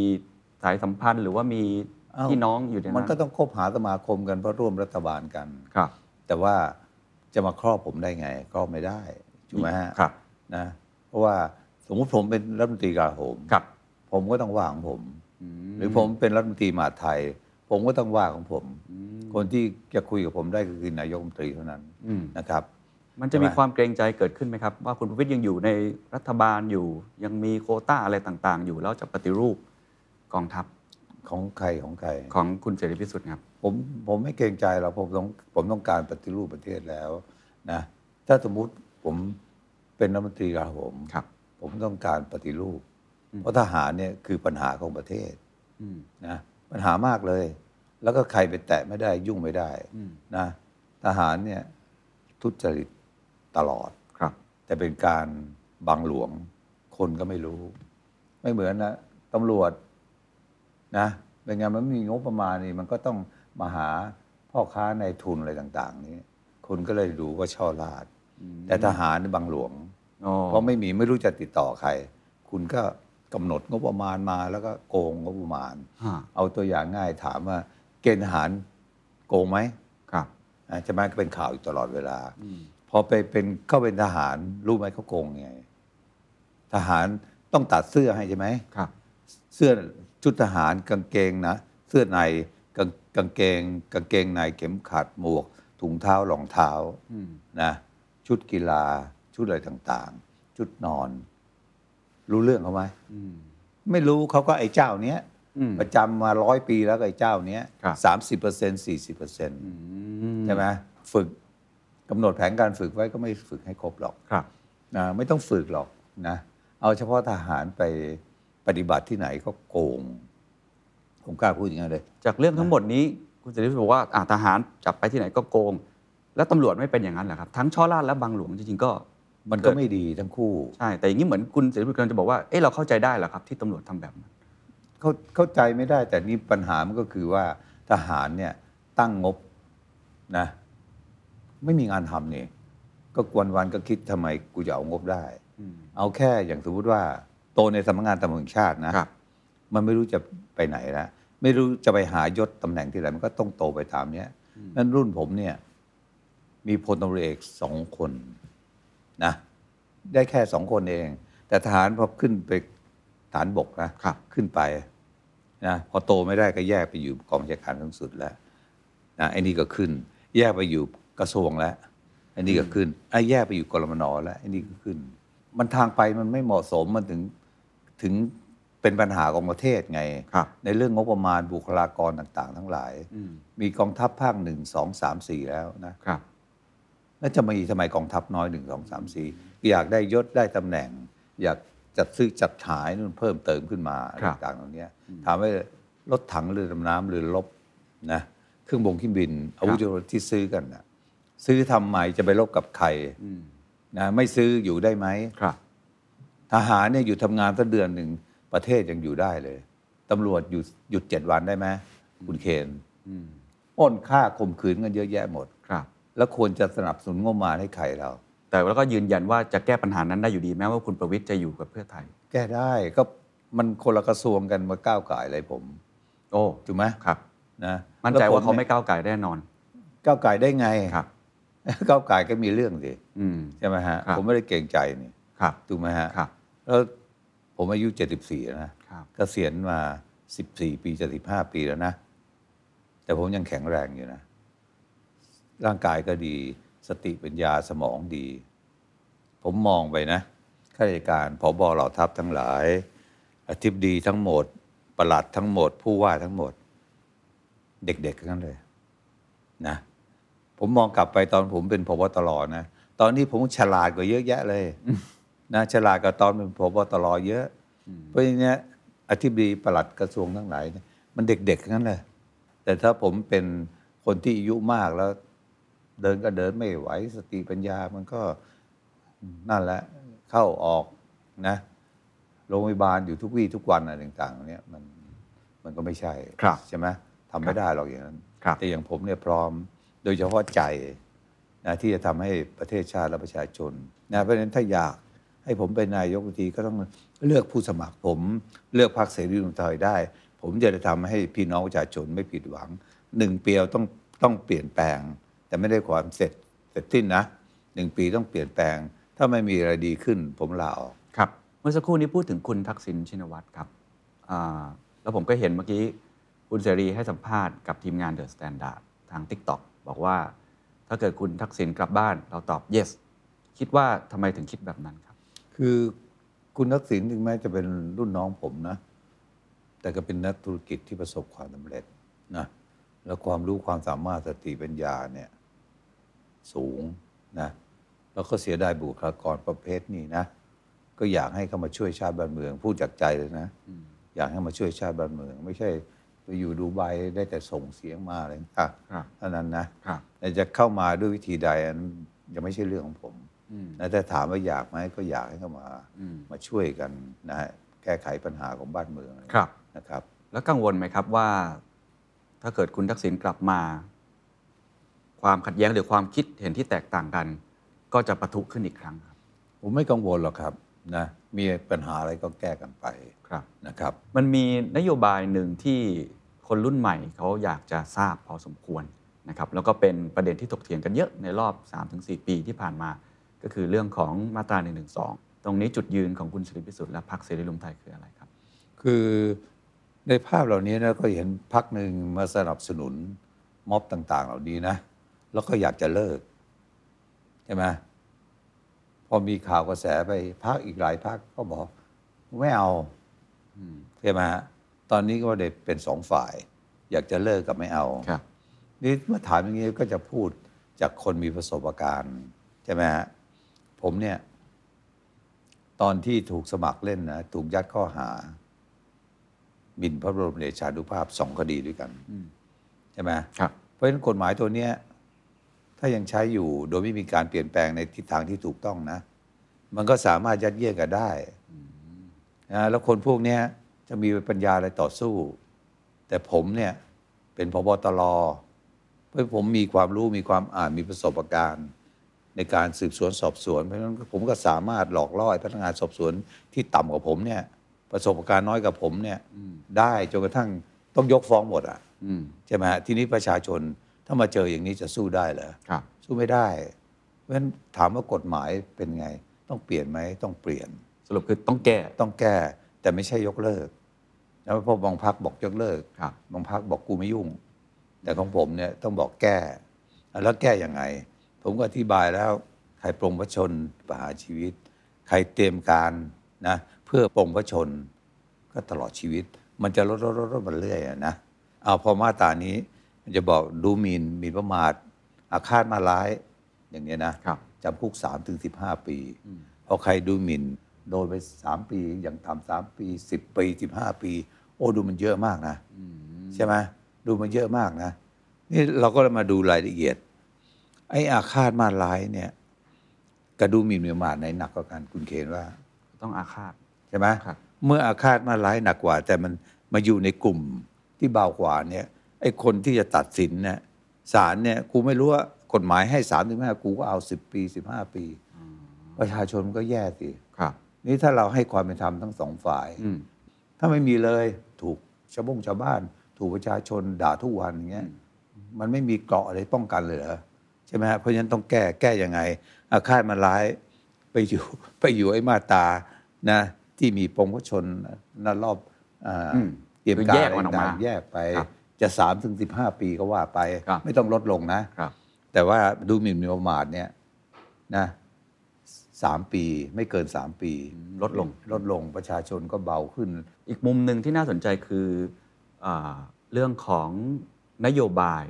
[SPEAKER 2] สายสัมพันธ์หรือว่ามี
[SPEAKER 1] เอ้า
[SPEAKER 2] พี่น้องอยู่ในนั้น
[SPEAKER 1] มันก็ต้องคบหาสมาคมกันเพราะร่วมรัฐบาลกัน
[SPEAKER 2] ครับ
[SPEAKER 1] แต่ว่าจะมาครอบผมได้ไงครอบไม่ได้ถูกไหมฮะ
[SPEAKER 2] ครับ
[SPEAKER 1] นะเพราะว่าสมมุติผมเป็นรัฐมนตรีกลาโหม
[SPEAKER 2] ครับ
[SPEAKER 1] ผมก็ต้องว่าของผม
[SPEAKER 2] ม
[SPEAKER 1] หรือผมเป็นรัฐมนตรีมหาดไทย ผมก็ต้องว่าของผม
[SPEAKER 2] อืม
[SPEAKER 1] คนที่จะคุยกับผมได้ก็คือนายกรัฐมนตรีเท่านั้น
[SPEAKER 2] อืม
[SPEAKER 1] นะครับ
[SPEAKER 2] มันจะมี
[SPEAKER 1] ใช่ไหม
[SPEAKER 2] ความเกรงใจเกิดขึ้นไหมครับ ว่าคุณประวิทย์ยังอยู่ในรัฐบาลอยู่ ยังมีโควต้าอะไรต่างๆ อยู่แล้วจะปฏิรูปกองทัพ
[SPEAKER 1] ของใครของใคร
[SPEAKER 2] ของคุณเสรีพิสุทธิ์ครับ
[SPEAKER 1] ผมผมไม่เกรงใจหรอกผมต้องผมต้องการปฏิรูปประเทศแล้วนะถ้าสมมุติผมเป็นรัฐมนตรีกลาโหม
[SPEAKER 2] ครับ
[SPEAKER 1] ผมต้องการปฏิรูป
[SPEAKER 2] อืม
[SPEAKER 1] เพราะทหารเนี่ยคือปัญหาของประเทศ
[SPEAKER 2] อืม
[SPEAKER 1] นะปัญหามากเลย แล้วก็ใครไปแตะไม่ได้ยุ่งไม่ได้
[SPEAKER 2] อืม
[SPEAKER 1] นะทหารเนี่ยทุจริตตลอด
[SPEAKER 2] ครับ
[SPEAKER 1] แต่เป็นการบังหลวงคนก็ไม่รู้ ไม่เหมือนนะตำรวจนะเป็นไงานมันไม่มีงบประมาณนี่มันก็ต้องมาหาพ่อค้าในายทุนอะไรต่าง ๆ นี้ คนก็เลยรู้ว่าช่อลาด
[SPEAKER 2] อืม
[SPEAKER 1] แต่ทหารนี่บังหลวง
[SPEAKER 2] อ๋อ
[SPEAKER 1] เพราะไม่มีไม่รู้จะติดต่อใคร คุณก็กำหนดงบประมาณมาแล้วก็โกงงบประมาณ
[SPEAKER 2] อ่า
[SPEAKER 1] เอาตัวอย่างง่ายถามว่า เกณฑ์ทหารโกงไหม
[SPEAKER 2] ครับ
[SPEAKER 1] อ่ะใช่ไหมก็เป็นข่าวอยู่ตลอดเวลา
[SPEAKER 2] อืม
[SPEAKER 1] พอไปเป็นเข้าเป็นทหารรู้ไหมเขาโกงยังไง ทหารต้องตัดเสื้อให้ใช่ไหม
[SPEAKER 2] ครับ
[SPEAKER 1] เสื้อชุดทหารกางเกงนะเสื้อในกางกางเกง กางเกงในเข็มขัดหมวก ถุงเท้ารองเท้า
[SPEAKER 2] อืม
[SPEAKER 1] นะชุดกีฬา ชุดอะไรต่างๆ ชุดนอน รู้เรื่องเขาไหม
[SPEAKER 2] อืม
[SPEAKER 1] ไม่รู้เขาก็ไอ้เจ้าเนี้ย
[SPEAKER 2] อืม
[SPEAKER 1] ประจำมาร้อยปีแล้วก็ไอ้เจ้าเนี้ย
[SPEAKER 2] ครับ
[SPEAKER 1] สามสิบเปอร์เซ็นต์สี่สิบเปอร์เซ็นต์
[SPEAKER 2] อื
[SPEAKER 1] ใช่ไหมฝึกกำหนดแผนการฝึกไว้ก็ไม่ฝึกให้ครบหรอก
[SPEAKER 2] ครับ
[SPEAKER 1] นะไม่ต้องฝึกหรอกนะเอาเฉพาะทหารไปปฏิบัติที่ไหนก็โกง ผมกล้าพูดอย่างนั้นเลย
[SPEAKER 2] จากเรื่องทั้งหมดนี้คุณเสรีพิสุทธิ์บอกว่าอ่าทหารจับไปที่ไหนก็โกง แล้วตำรวจไม่เป็นอย่างนั้นเหรอครับทั้งช่อลาดและบางหลวงจริงๆก็
[SPEAKER 1] มันก็
[SPEAKER 2] เกิด
[SPEAKER 1] ไม่ดีทั้งคู่
[SPEAKER 2] ใช่แต่อย่างนี้เหมือนคุณเสรีพิสุทธิ์กำลังจะบอกว่าเอ้เราเข้าใจได้เหรอครับที่ตำรวจทำแบบนั้น
[SPEAKER 1] เข้าเข้าใจไม่ได้ แต่นี่ปัญหามันก็คือว่าทหารเนี่ยตั้งงบนะไม่มีงานทำนี่ก็วันวันๆก็คิดทำไมกูจะเอางบได้
[SPEAKER 2] อืม
[SPEAKER 1] เอาแค่อย่างสมมติว่าโตในสำนักงานตำรวจแห่งชาตินะ
[SPEAKER 2] ครับ
[SPEAKER 1] มันไม่รู้จะไปไหนแล้วไม่รู้จะไปหายศตำแหน่งที่ไหนมันก็ต้องโตไปตามเนี้ยนั้นรุ่นผมเนี่ย มีพลตำรวจเอกสองคนนะ ได้แค่สองคนเอง แต่ทหารพอขึ้นไปฐานบกนะครับ ขึ้นไปนะพอโตไม่ได้ก็แยกไปอยู่กองบัญชาการสูงสุดแล้วนะไอ้นี่ก็ขึ้น แยกไปอยู่กระทรวงแล้วไอ้นี่ก็ขึ้นไอ้แยกไปอยู่กรมนแล้วไอ้นี่ก็ขึ้น มันทางไปมันไม่เหมาะสมมันถึงถึงเป็นปัญหาของประเทศไง
[SPEAKER 2] ครับ
[SPEAKER 1] ในเรื่องงบประมาณบุคลากรต่าง ๆ ทั้งหลาย
[SPEAKER 2] อืม
[SPEAKER 1] มีกองทัพภาคหนึ่งสองสามสี่แล้วนะ
[SPEAKER 2] ครับ
[SPEAKER 1] แล้วจะมีทำไมกองทัพน้อยหนึ่งสองสามสี่อยากได้ยศได้ตำแหน่ง อยากจัดซื้อจัดหายนู่นเพิ่มเติมขึ้นมา
[SPEAKER 2] ครับ
[SPEAKER 1] ต่างๆเหล่านี้ถามว่ารถถังเรือดำน้ำเรือรบนะเครื่องบงเครื่องบิน อาวุธยุทโธปกรณ์ที่ซื้อกันนะซื้อทำไมจะไปรบกับใคร
[SPEAKER 2] อืม
[SPEAKER 1] นะไม่ซื้ออยู่ได้ไหม
[SPEAKER 2] ครับ
[SPEAKER 1] ทหารเนี่ยอยู่ทำงานสักเดือนหนึ่งประเทศยังอยู่ได้เลยตำรวจหยุดหยุดเจ็ดวันได้ไหมคุณเคน
[SPEAKER 2] อืม
[SPEAKER 1] ปล้นฆ่าข่มขืนกันเยอะแยะหมด
[SPEAKER 2] ครับ
[SPEAKER 1] แล้วควรจะสนับสนุนงบประมาณให้ใครเรา
[SPEAKER 2] แต่ว่าก็ยืนยันว่าจะแก้ปัญหานั้นได้อยู่ดีแม้ว่าคุณประวิทย์จะอยู่กับเพื่อไทย
[SPEAKER 1] แก้ได้ก็มันคนละกระทรวงกันมาก้าวไก่ายอะไรผม
[SPEAKER 2] โอ้
[SPEAKER 1] ถูกไหม
[SPEAKER 2] ครับ
[SPEAKER 1] นะ
[SPEAKER 2] มั่นใจ
[SPEAKER 1] แล้วผ
[SPEAKER 2] ว่าเขาไม่ก้าวไก่แน่นอน
[SPEAKER 1] ก้าวไก่ายได้ไง
[SPEAKER 2] ครับ
[SPEAKER 1] ก้าวไก่ายก็มีเรื่องสิ
[SPEAKER 2] อืม
[SPEAKER 1] ใช่ไหมฮะ
[SPEAKER 2] ครับ
[SPEAKER 1] ผมไม่ได้เกรงใจนี่
[SPEAKER 2] ครับ
[SPEAKER 1] ถูกไหมฮะ
[SPEAKER 2] ครับ
[SPEAKER 1] แล้วผมอายุ 74แล้วนะครับ เกษียณมา 14 ปี75ปีแล้วนะ แต่ผมยังแข็งแรงอยู่นะ ร่างกายก็ดี สติปัญญาสมองดี ผมมองไปนะข้าราชการผบเหล่าทัพทั้งหลาย อธิบดีทั้งหมดปลัดทั้งหมด ผู้ว่าทั้งหมด เด็กๆทั้งนั้นเลยนะผมมองกลับไปตอนผมเป็นพบตรนะ ตอนนี้ผมฉลาดกว่าเยอะแยะเลยนะฉลาดกว่าตอนเป็นพบตรเยอะ เพราะฉะนี้นอธิบดีปลัดกระทรวงทั้งหลายเนี่ยมันเด็กๆทั้งนั้นเลย แต่ถ้าผมเป็นคนที่อายุมากแล้ว เดินก็เดินไม่ไหว สติปัญญามันก็นั่นแหละเข้าออกนะ โรงพยาบาลอยู่ทุกวี่ทุกวันอะไรต่างๆเนี่ยมัน มันก็ไม่ใช่
[SPEAKER 2] ครับ
[SPEAKER 1] ใช่ไหมทำไม่ได้หรอกอย่างนั้น
[SPEAKER 2] ครับ
[SPEAKER 1] แต่อย่างผมเนี่ยพร้อม โดยเฉพาะใจนะที่จะทำให้ประเทศชาติและประชาชนนะเพราะฉะนั้นถ้าอยากให้ผมเป็นนายกรัฐมนตรีก็ต้องเลือกผู้สมัครผม เลือกพรรคเสรีรวมไทยได้ ผมจะทำให้พี่น้องประชาชนไม่ผิดหวังหนึ่งปีเราต้องต้องเปลี่ยนแปลง แต่ไม่ได้ความเสร็จเสร็จสิ้นนะหนึ่งปีต้องเปลี่ยนแปลง ถ้าไม่มีอะไรดีขึ้น ผมลาออก
[SPEAKER 2] ครับเมื่อสักครู่นี้พูดถึงคุณทักษิณชินวัตรครับอ่าแล้วผมก็เห็นเมื่อกี้คุณเสรีให้สัมภาษณ์กับทีมงานเดอะสแตนดาร์ดทาง t ิ k t o k บอกว่า ถ้าเกิดคุณทักษิณกลับบ้านเราตอบ yes คิดว่าทำไมถึงคิดแบบนั้นครับ
[SPEAKER 1] คือคุณทักษิณถึงแม้จะเป็นรุ่นน้องผมนะ แต่ก็เป็นนักธุรกิจที่ประสบความสำเร็จนะแล้วความรู้ความสามารถสติปัญญาเนี่ย สูงนะแล้วก็เสียดายบุคลากรประเภทนี้นะ ก็อยากให้เขามาช่วยชาติบ้านเมืองพูดจากใจเลยนะ อยากให้มาช่วยชาติบ้านเมือง ไม่ใช่ไปอยู่ดูไบได้แต่ส่งเสียงมาอะไรต่าง
[SPEAKER 2] ครับ
[SPEAKER 1] ๆเท่านั้นนะ
[SPEAKER 2] ครับ
[SPEAKER 1] แต่จะเข้ามาด้วยวิธีใดอันนั้นยังไม่ใช่เรื่องของผม
[SPEAKER 2] อืม
[SPEAKER 1] นะแต่ถามว่าอยากไหมก็อยากให้เข้ามา
[SPEAKER 2] อืม
[SPEAKER 1] มาช่วยกันนะฮะแก้ไขปัญหาของบ้านเมือง
[SPEAKER 2] ครับ
[SPEAKER 1] นะครับ
[SPEAKER 2] แล้วกังวลไหมครับว่า ถ้าเกิดคุณทักษิณกลับมา ความขัดแย้งหรือความคิดเห็นที่แตกต่างกัน ก็จะปะทุขึ้นอีกครั้งครับ
[SPEAKER 1] ผมไม่กังวลหรอกครับนะมีปัญหาอะไรก็แก้กันไป
[SPEAKER 2] ครับ
[SPEAKER 1] นะครับ
[SPEAKER 2] มันมีนโยบายหนึ่งที่คนรุ่นใหม่เขาอยากจะทราบพอสมควรนะครับแล้วก็เป็นประเด็นที่ถกเถียงกันเยอะในรอบ 3-4 ปีที่ผ่านมา ก็คือเรื่องของมาตรา1นึตรงนี้จุดยืนของคุณสิริพิสุทธิ์และพรรคเสรีรวมไทยคืออะไรครับ
[SPEAKER 1] คือในภาพเหล่านี้นะก็เห็นพักหนึ่งมาสนับสนุนม็อบต่าง ๆ เหล่านี้นะ แล้วก็อยากจะเลิก ใช่ไหมพอมีข่าวกระแสไปพักอีกหลายพักก็บอกไม่เอาใช่ไหมฮะตอนนี้ก็ได้เป็นสองฝ่าย อยากจะเลิกกับไม่เอา นี่เมื่อถามอย่างนี้ก็จะพูดจากคนมีประสบการณ์ใช่ไหมฮะผมเนี่ย ตอนที่ถูกสมัครเล่นนะถูกยัดข้อหาหมิ่นพระบรมเดชานุภาพสองคดีด้วยกัน
[SPEAKER 2] อืม
[SPEAKER 1] ใช่ไหม
[SPEAKER 2] ครับ
[SPEAKER 1] เพราะฉะนั้นกฎหมายตัวเนี้ย ถ้ายังใช้อยู่โดยไม่มีการเปลี่ยนแปลงในทิศทางที่ถูกต้องนะ มันก็สามารถยัดเยียดกันได้นะแล้วคนพวกเนี้ยจะมีปัญญาอะไรต่อสู้ แต่ผมเนี่ยเป็นพบตรเพราะผมมีความรู้มีความอ่านมีประสบการณ์ ในการสืบสวนสอบสวน เพราะฉะนั้นผมก็สามารถหลอกล่อให้พนักงานสอบสวนที่ต่ำกว่าผมเนี่ย ประสบการณ์น้อยกว่าผมเนี่ยได้จนกระทั่งต้องยกฟ้องหมดอ่ะ
[SPEAKER 2] อืม
[SPEAKER 1] ใช่ไหมฮะทีนี้ประชาชนถ้ามาเจออย่างนี้จะสู้ได้เหรอ
[SPEAKER 2] ครับ
[SPEAKER 1] สู้ไม่ได้ เพราะฉะนั้นถามว่ากฎหมายเป็นไง ต้องเปลี่ยนไหม ต้องเปลี่ยน
[SPEAKER 2] สรุปคือต้องแก้
[SPEAKER 1] ต้องแก้ แต่ไม่ใช่ยกเลิก แล้วพอบางพักบอกยกเลิก
[SPEAKER 2] ครับ
[SPEAKER 1] งพักบอกกูไม่ยุ่ง แต่ของผมเนี่ยต้องบอกแก้ แล้วแก้ยังไง ผมก็อธิบายแล้ว ใครปรงพระชนประหารชีวิต ใครเตรียมการนะ เพื่อปรงพระชน ก็ตลอดชีวิต มันจะลดลดลดลดมาเรื่อยอะนะเอาพอมาตรานี้ มันจะบอกดูหมินหมินประมาท อาฆาตมาร้ายอย่างเนี้ยนะครับ จำคุก3ถึง15 ปีพอใครดูหมินโดนไป 3 ปีอย่างต่ำ3ปี 10 ปี 15 ปี โอ้ดูมันเยอะมากนะ ใช่ไหมดูมันเยอะมากนะ นี่เราก็มาดูรายละเอียด ไอ้อาฆาตมาร้ายเนี่ยกระดูหมินประมาทไหนหนักกว่ากันคุณเคนว่า
[SPEAKER 2] ต้องอาฆาต
[SPEAKER 1] ใช่ไหม
[SPEAKER 2] ครับ
[SPEAKER 1] เมื่ออาฆาตมาร้ายหนักกว่า แต่มันมาอยู่ในกลุ่มที่เบากว่าเนี่ยไอ้คนที่จะตัดสินเนี่ยศาลเนี่ยกูไม่รู้ว่ากฎหมายให้สามถึงห้ากูก็เอาสิบปีสิบห้าปี ประชาชนมันก็แย่สิ
[SPEAKER 2] ครับ
[SPEAKER 1] นี่ถ้าเราให้ความเป็นธรรมทั้งสองฝ่าย
[SPEAKER 2] อืม
[SPEAKER 1] ถ้าไม่มีเลยถูกชาวบงชาวบ้าน ถูกประชาชนด่าทุกวันอย่างเงี้ยมันไม่มีเกราะอะไรป้องกันเลยเหรอใช่ไหมฮะเพราะฉะนั้นต้องแก้แก้ยังไง อาฆาตมันร้ายไปอยู่ ไปอยู่ไอ้มาตรานะ ที่มีปมพชนนะรอบอ่า
[SPEAKER 2] อืม
[SPEAKER 1] เตรียม
[SPEAKER 2] คือ
[SPEAKER 1] การ
[SPEAKER 2] แยกมันออกมา
[SPEAKER 1] ะไรต่งๆแยกไป
[SPEAKER 2] ครับ
[SPEAKER 1] จะสามถึงสิบห้าปีก็ว่าไป
[SPEAKER 2] ครับ
[SPEAKER 1] ไม่ต้องลดลงนะ
[SPEAKER 2] ครับ
[SPEAKER 1] แต่ว่าดูหมิ่นหมินประมาทเนี่ยนะสามปีไม่เกินสามปี
[SPEAKER 2] ลดลง
[SPEAKER 1] ลดลงประชาชนก็เบาขึ้น
[SPEAKER 2] อีกมุมหนึ่งที่น่าสนใจคืออาเรื่องของนโยบาย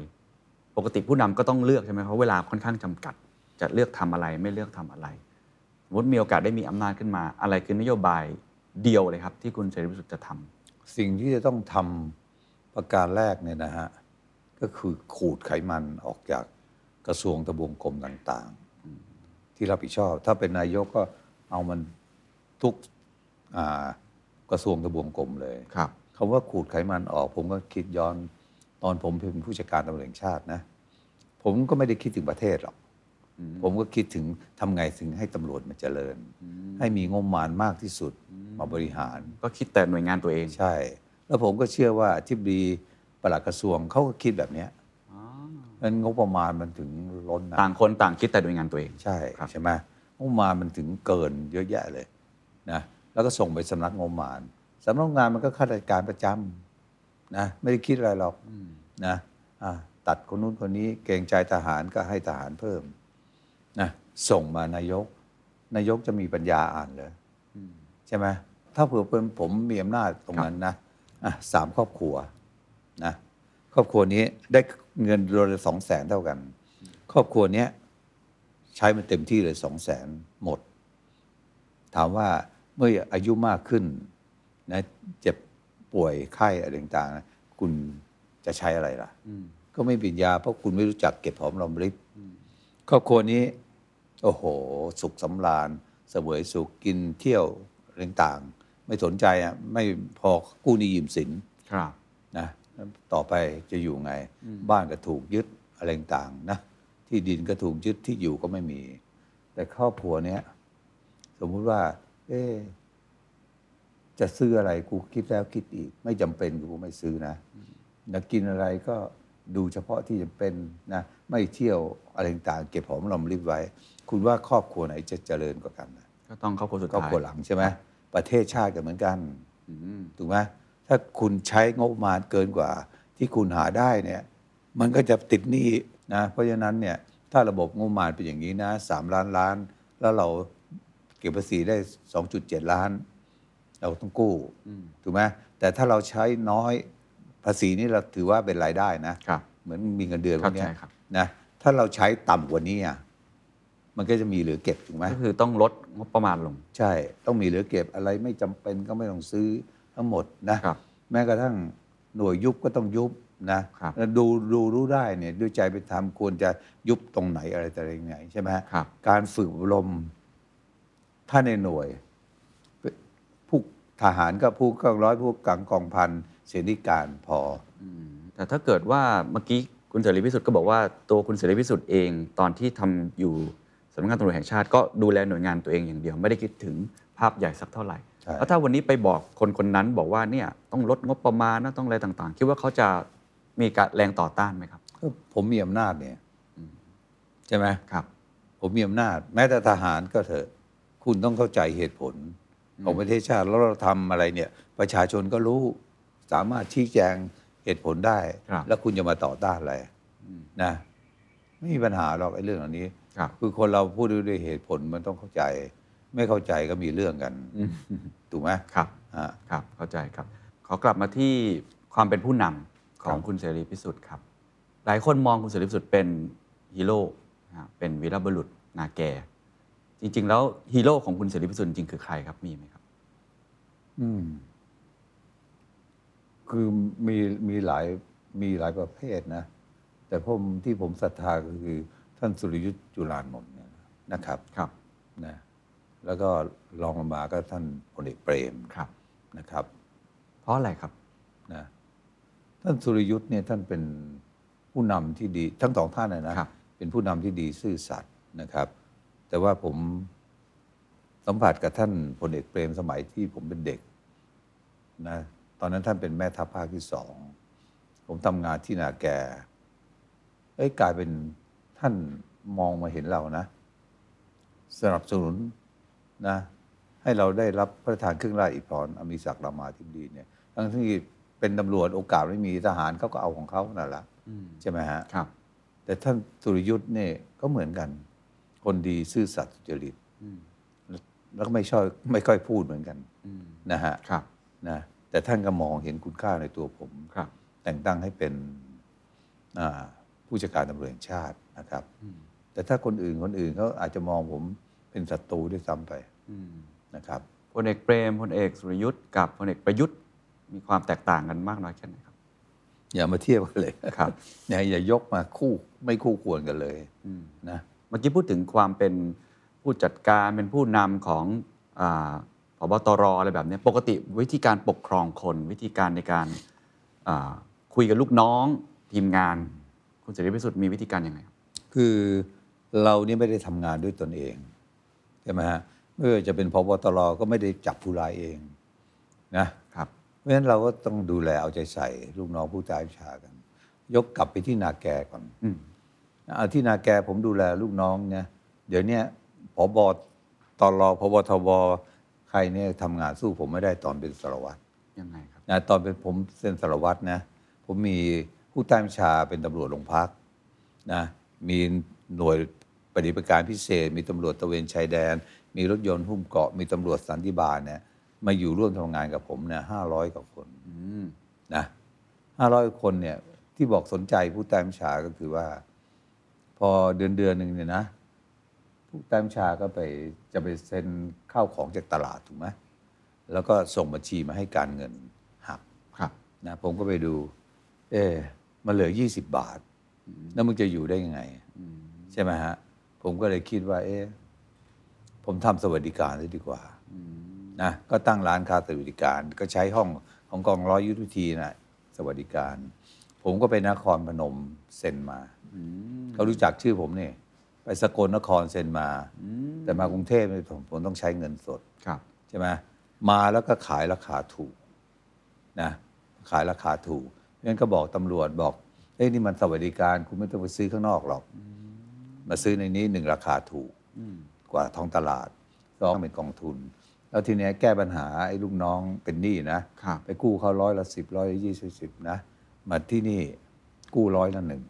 [SPEAKER 2] ปกติผู้นำก็ต้องเลือกใช่ไหมเพราะเวลาค่อนข้างจำกัด จะเลือกทำอะไรไม่เลือกทำอะไรสมมติมีโอกาสได้มีอำนาจขึ้นมา อะไรคือนโยบายเดียวเลยครับ ที่คุณเสรีพิสุทธิ์จะทำ
[SPEAKER 1] สิ่งที่จะต้องทำประการแรกเนี่ยนะฮะ ก็คือขูดไขมันออกจากกระทรวงทบวงกรมต่างๆ ที่รับผิดชอบ ถ้าเป็นนายกก็เอามันทุกอ่ากระทรวงทบวงกรมเลย
[SPEAKER 2] ครับ
[SPEAKER 1] คำว่าขูดไขมันออก ผมก็คิดย้อนตอนผมเป็นผู้จัดการตำรวจแห่งชาตินะ ผมก็ไม่ได้คิดถึงประเทศหรอก ผมก็คิดถึงทำไงถึงให้ตำรวจมันเจริญ ให้มีงบประมาณมากที่สุดมาบริหาร
[SPEAKER 2] ก็คิดแต่หน่วยงานตัวเอง
[SPEAKER 1] ใช่ แล้วผมก็เชื่อว่าทิบดีปลัดกระทรวงเขาก็คิดแบบเนี้ยนั้นงบประมาณมันถึงล้นนะ
[SPEAKER 2] ต่างคนต่างคิดแต่หน่วยงานตัวเอง
[SPEAKER 1] ใช่
[SPEAKER 2] ครับ
[SPEAKER 1] ใช่ไหมงบประมาณมันถึงเกินเยอะแยะเลยนะแล้วก็ส่งไปสำนักงบประมาณสำนักงบประมาณมันก็ข้าราชการประจำนะไม่ได้คิดอะไรหรอกนะอ่ะตัดคนนู้นคนนี้เกรงใจทหารก็ให้ทหารเพิ่มนะส่งมานายก นายกจะมีปัญญาอ่านเลย ใช่ไหมถ้าเผื่อเป็นผมมีอำนาจตรงนั้นนะอ่ะสามครอบครัวนะครอบครัวนี้ได้เงินรวมสองแสนเท่ากัน ครอบครัวเนี้ยใช้มันเต็มที่เลยสองแสนหมด ถามว่าเมื่ออายุมากขึ้นนะเจ็บป่วยไข้อะไรต่างๆนะคุณจะใช้อะไรล่ะ ก็ไม่ปิญญา เพราะคุณไม่รู้จักเก็บหอมรอมริบครอบครัวนี้ โอ้โห สุขสำราญเสวยสุขกินเที่ยวอะไรต่างๆ ไม่สนใจอ่ะไม่พอกู้หนี้ยืมสิน
[SPEAKER 2] ครับ
[SPEAKER 1] นะต่อไปจะอยู่ไง บ้านก็ถูกยึดอะไรต่างๆนะที่ดินก็ถูกยึดที่อยู่ก็ไม่มี แต่ครอบครัวเนี้ยสมมุติว่า เอ๊ะจะซื้ออะไรกูคิดแล้วคิดอีก ไม่จำเป็นกูไม่ซื้อนะนะกินอะไรก็ดูเฉพาะที่จำเป็นนะ ไม่เที่ยวอะไรต่างๆเก็บหอมรอมริบไว้ คุณว่าครอบครัวไหนจะเจริญกว่ากันนะ
[SPEAKER 2] ก็ต้องครอบครัวสุด
[SPEAKER 1] ครอบ
[SPEAKER 2] ท้า
[SPEAKER 1] ค
[SPEAKER 2] ย
[SPEAKER 1] รัวหลังใช่ไหมประเทศชาติก็เหมือนกัน
[SPEAKER 2] อืม
[SPEAKER 1] ถูกไหมถ้าคุณใช้งบประมาณเกินกว่า ที่คุณหาได้เนี่ย มันก็จะติดหนี้นะเพราะฉะนั้นเนี่ยถ้าระบบงบประมาณเป็นอย่างนี้นะสามล้านล้าน แล้วเราเก็บภาษีได้ 2.7 ล้าน เราต้องกู้ถูกไหมแต่ถ้าเราใช้น้อยภาษีนี่เราถือว่าเป็นรายได้นะ
[SPEAKER 2] ครับ
[SPEAKER 1] เหมือนมีเงินเดือนพวกเนี้ย
[SPEAKER 2] เข้าใจครับ
[SPEAKER 1] นะถ้าเราใช้ต่ำกว่านี้อ่ะมันก็จะมีเหลือเก็บถูกไหม
[SPEAKER 2] ก็คือต้องลดงบประมาณลง
[SPEAKER 1] ใช่ ต้องมีเหลือเก็บอะไรไม่จำเป็นก็ไม่ต้องซื้อทั้งหมดนะครับ แม้กระทั่งหน่วยยุบก็ต้องยุบนะครับ แล้วดูดูรู้ได้เนี่ยด้วยใจไปทำควรจะยุบตรงไหนอะไรแต่อย่างไหนใช่ไหมฮะ
[SPEAKER 2] ครับ
[SPEAKER 1] การฝึกอบรมถ้าในหน่วยผู้ทหารก็ผู้กองร้อยผู้กังกองพันเสนิการพอ
[SPEAKER 2] แต่ถ้าเกิดว่าเมื่อกี้คุณเสรีพิสุทธิ์ก็บอกว่าตัวคุณเสรีพิสุทธิ์เองตอนที่ทำอยู่สำนักงานตำรวจแห่งชาติก็ดูแลหน่วยงานตัวเองอย่างเดียว ไม่ได้คิดถึงภาพใหญ่สักเท่าไหร่
[SPEAKER 1] ใช่
[SPEAKER 2] แล้วถ้าวันนี้ไปบอกคนคนนั้นบอกว่าเนี่ยต้องลดงบประมาณนะต้องอะไรต่างๆ คิดว่าเขาจะมีการแรงต่อต้านไหมครับ
[SPEAKER 1] ก็ผมมีอำนาจเนี่ยใช่ไหม
[SPEAKER 2] ครับ
[SPEAKER 1] ผมมีอำนาจ แม้แต่ทหารก็เถอะ คุณต้องเข้าใจเหตุผล ของประเทศชาติแล้วเราทำอะไรเนี่ย ประชาชนก็รู้สามารถชี้แจงเหตุผลได้
[SPEAKER 2] ครับ
[SPEAKER 1] แล้วคุณจะมาต่อต้านอะไรนะไม่มีปัญหาหรอกไอ้เรื่องเหล่านี้
[SPEAKER 2] ครับ
[SPEAKER 1] คือคนเราพูดด้วยเหตุผลมันต้องเข้าใจ ไม่เข้าใจก็มีเรื่องกันถูกไหม
[SPEAKER 2] ครับ
[SPEAKER 1] อ่า
[SPEAKER 2] ครับเข้าใจครับ ขอกลับมาที่ความเป็นผู้นำขอ
[SPEAKER 1] ค
[SPEAKER 2] ง
[SPEAKER 1] รับ
[SPEAKER 2] คุณเสรีพิสุทธิ์ครับ หลายคนมองคุณเสรีพิสุทธิ์เป็นฮีโร่นะฮะเป็นวีรบุรุษนาแก จริง ๆ แล้วฮีโร่ของคุณเสรีพิสุทธิ์จริงๆคือใครครับมีไหมครับ
[SPEAKER 1] อืม คือมีมีหลายมีหลายประเภทนะ แต่ผมที่ผมศรัทธาก็คือ ท่านสุริยุทธ์จุลานนท์เนี่ยนะครับ
[SPEAKER 2] ครับ
[SPEAKER 1] นะแล้วก็รองลงมาก็ท่านพลเอกเปรม
[SPEAKER 2] ครับ
[SPEAKER 1] นะครับ
[SPEAKER 2] เพราะอะไรครับ
[SPEAKER 1] นะท่านสุริยุทธ์เนี่ยท่านเป็นผู้นำที่ดี ทั้งสองท่านนะนะครับ เป็นผู้นำที่ดีซื่อสัตย์นะครับ แต่ว่าผมสัมผัสกับท่านพลเอกเปรมสมัยที่ผมเป็นเด็ก นะตอนนั้นท่านเป็นแม่ทัพภาคที่สอง ผมทำงานที่นาแกเอ้ยกลายเป็นท่านมองมาเห็นเรานะ สนับสนุนนะ ให้เราได้รับพระราชทานเครื่องราชอิพรอมีศักดิ์รามาธิบดีเนี่ย ทั้งที่เป็นตำรวจโอกาสไม่มีทหารเขาก็เอาของเขานั่นแหละใช่ไหมฮะ
[SPEAKER 2] ครับ
[SPEAKER 1] แต่ท่านสุริยุทธ์เนี่ยก็เหมือนกัน คนดีซื่อสัตย์สุจริตแล้วก็ไม่ชอบไม่ค่อยพูดเหมือนกันนะฮะ
[SPEAKER 2] ครับ
[SPEAKER 1] นะแต่ท่านก็มองเห็นคุณค่าในตัวผม
[SPEAKER 2] ครับ
[SPEAKER 1] แต่งตั้งให้เป็นอ่าผู้จัดการตำรวจแห่งชาตินะครับ แต่ถ้าคนอื่นคนอื่นเขาอาจจะมองผมเป็นศัตรูด้วยซ้ำไปนะครับ
[SPEAKER 2] พลเอกเปรมพลเอกสุรยุทธ์กับพลเอกประยุทธ์มีความแตกต่างกันมากน้อยแค่ไหนครับ
[SPEAKER 1] อย่ามาเทียบกันเลย
[SPEAKER 2] ครับ
[SPEAKER 1] อย่าอย่ายกมาคู่ไม่คู่ควรกันเลยนะ
[SPEAKER 2] เมื่อกี้พูดถึงความเป็นผู้จัดการเป็นผู้นำของอาพ บตรอะไรแบบเนี้ยปกติวิธีการปกครองคนวิธีการในการอ่าคุยกับลูกน้องทีมงาน คุณเสรีพิสุทธิ์มีวิธีการยังไงครับ
[SPEAKER 1] คือเรานี่ไม่ได้ทำงานด้วยตนเองใช่ไหมฮะไม่ว่าจะเป็นพบตรก็ไม่ได้จับผู้ร้ายเองนะครับ เพราะฉะนั้นเราก็ต้องดูแลเอาใจใส่ ลูกน้องผู้ใต้บัญชากัน ยกกลับไปที่นาแกก่อน
[SPEAKER 2] อืม
[SPEAKER 1] เอาที่นาแกผมดูแลลูกน้องเนี่ยเดี๋ยวเนี้ยพบตรพบทบใครเนี่ยทำงานสู้ผมไม่ได้ตอนเป็นสารวัตร
[SPEAKER 2] ยังไงครับ
[SPEAKER 1] นะตอนเป็นผมเส้นสารวัตรนะ ผมมีผู้ใต้บัญชาเป็นตำรวจโรงพักนะมีหน่วยปฏิบัติการพิเศษ มีตำรวจตระเวนชายแดน มีรถยนต์หุ้มเกาะมีตำรวจสันติบาลเนี่ยมาอยู่ร่วมทำงานกับผมเนี่ยห้าร้อยกว่าคน
[SPEAKER 2] อืม
[SPEAKER 1] นะห้าร้อยคนเนี่ยที่บอกสนใจผู้ใต้บัญชาก็คือว่า พอเดือนเดือนหนึ่งเนี่ยนะ ผู้ใต้บัญชาก็ไปจะไปเซ็นข้าวของจากตลาดถูกไหมแล้วก็ส่งบัญชีมาให้การเงินหัก
[SPEAKER 2] ครับ
[SPEAKER 1] นะผมก็ไปดู เออมันเหลือ 20 บาท แล้วมึงจะอยู่ได้ยังไง ใช่ไหมฮะ ผมก็เลยคิดว่า เอ๊ะผมทำสวัสดิการเลยดีกว่านะก็ตั้งร้านค้าสวัสดิการ ก็ใช้ห้องของกองร้อยยุทธวิธีนะสวัสดิการ ผมก็ไปนครพนมเซ็นมาเขารู้จักชื่อผมเนี่ย ไปสกลนครเซ็นมา แต่มากรุงเทพเนี่ยผมผมต้องใช้เงินสด
[SPEAKER 2] ครับ
[SPEAKER 1] ใช่ไหมมาแล้วก็ขายราคาถูกนะขายราคาถูกเพราะฉะนั้นก็บอกตำรวจบอกเอ้ยนี่มันสวัสดิการคุณไม่ต้องไปซื้อข้างนอกหรอก มาซื้อในนี้หนึ่งราคาถูกกว่าท้องตลาดสองเป็นกองทุน แล้วทีเนี้ยแก้ปัญหาไอ้ลูกน้องเป็นหนี้นะครับ ไปกู้เขาร้อยละสิบร้อยละยี่สิบสิบนะ มาที่นี่กู้ร้อยละหนึ่ง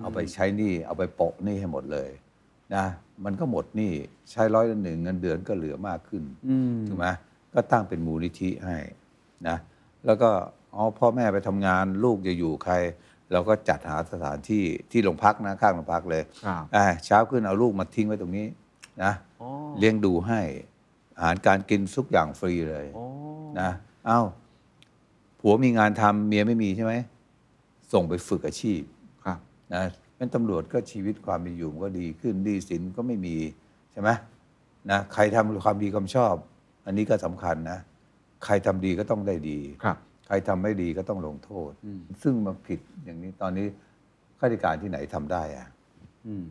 [SPEAKER 1] เอาไปใช้หนี้เอาไปโปะหนี้ให้หมดเลยนะมันก็หมดหนี้ใช้ร้อยละหนึ่งเงินเดือนก็เหลือมากขึ้นถูกไหมก็ตั้งเป็นมูลนิธิให้นะแล้วก็อ๋อพ่อแม่ไปทำงานลูกจะอยู่ใคร เราก็จัดหาสถานที่ที่โรงพักนะข้างโรงพักเลย
[SPEAKER 2] ครับ
[SPEAKER 1] อ่าเช้าขึ้นเอาลูกมาทิ้งไว้ตรงนี้นะ
[SPEAKER 2] อ๋อ
[SPEAKER 1] เลี้ยงดูให้อาหารการกินทุกอย่างฟรีเลย
[SPEAKER 2] โอ้
[SPEAKER 1] นะเอ้าผัวมีงานทำเมียไม่มีใช่ไหมส่งไปฝึกอาชีพ
[SPEAKER 2] ครับ
[SPEAKER 1] นะเป็นตำรวจก็ชีวิตความเป็นอยู่มันก็ดีขึ้นดีสินก็ไม่มีใช่ไหมนะใครทำความดีความชอบ อันนี้ก็สำคัญนะ ใครทำดีก็ต้องได้ดี
[SPEAKER 2] ครับ
[SPEAKER 1] ใครทำไม่ดีก็ต้องลงโทษ ซึ่งมาผิดอย่างนี้ตอนนี้ข้าราชการที่ไหนทำได้อะ
[SPEAKER 2] อืม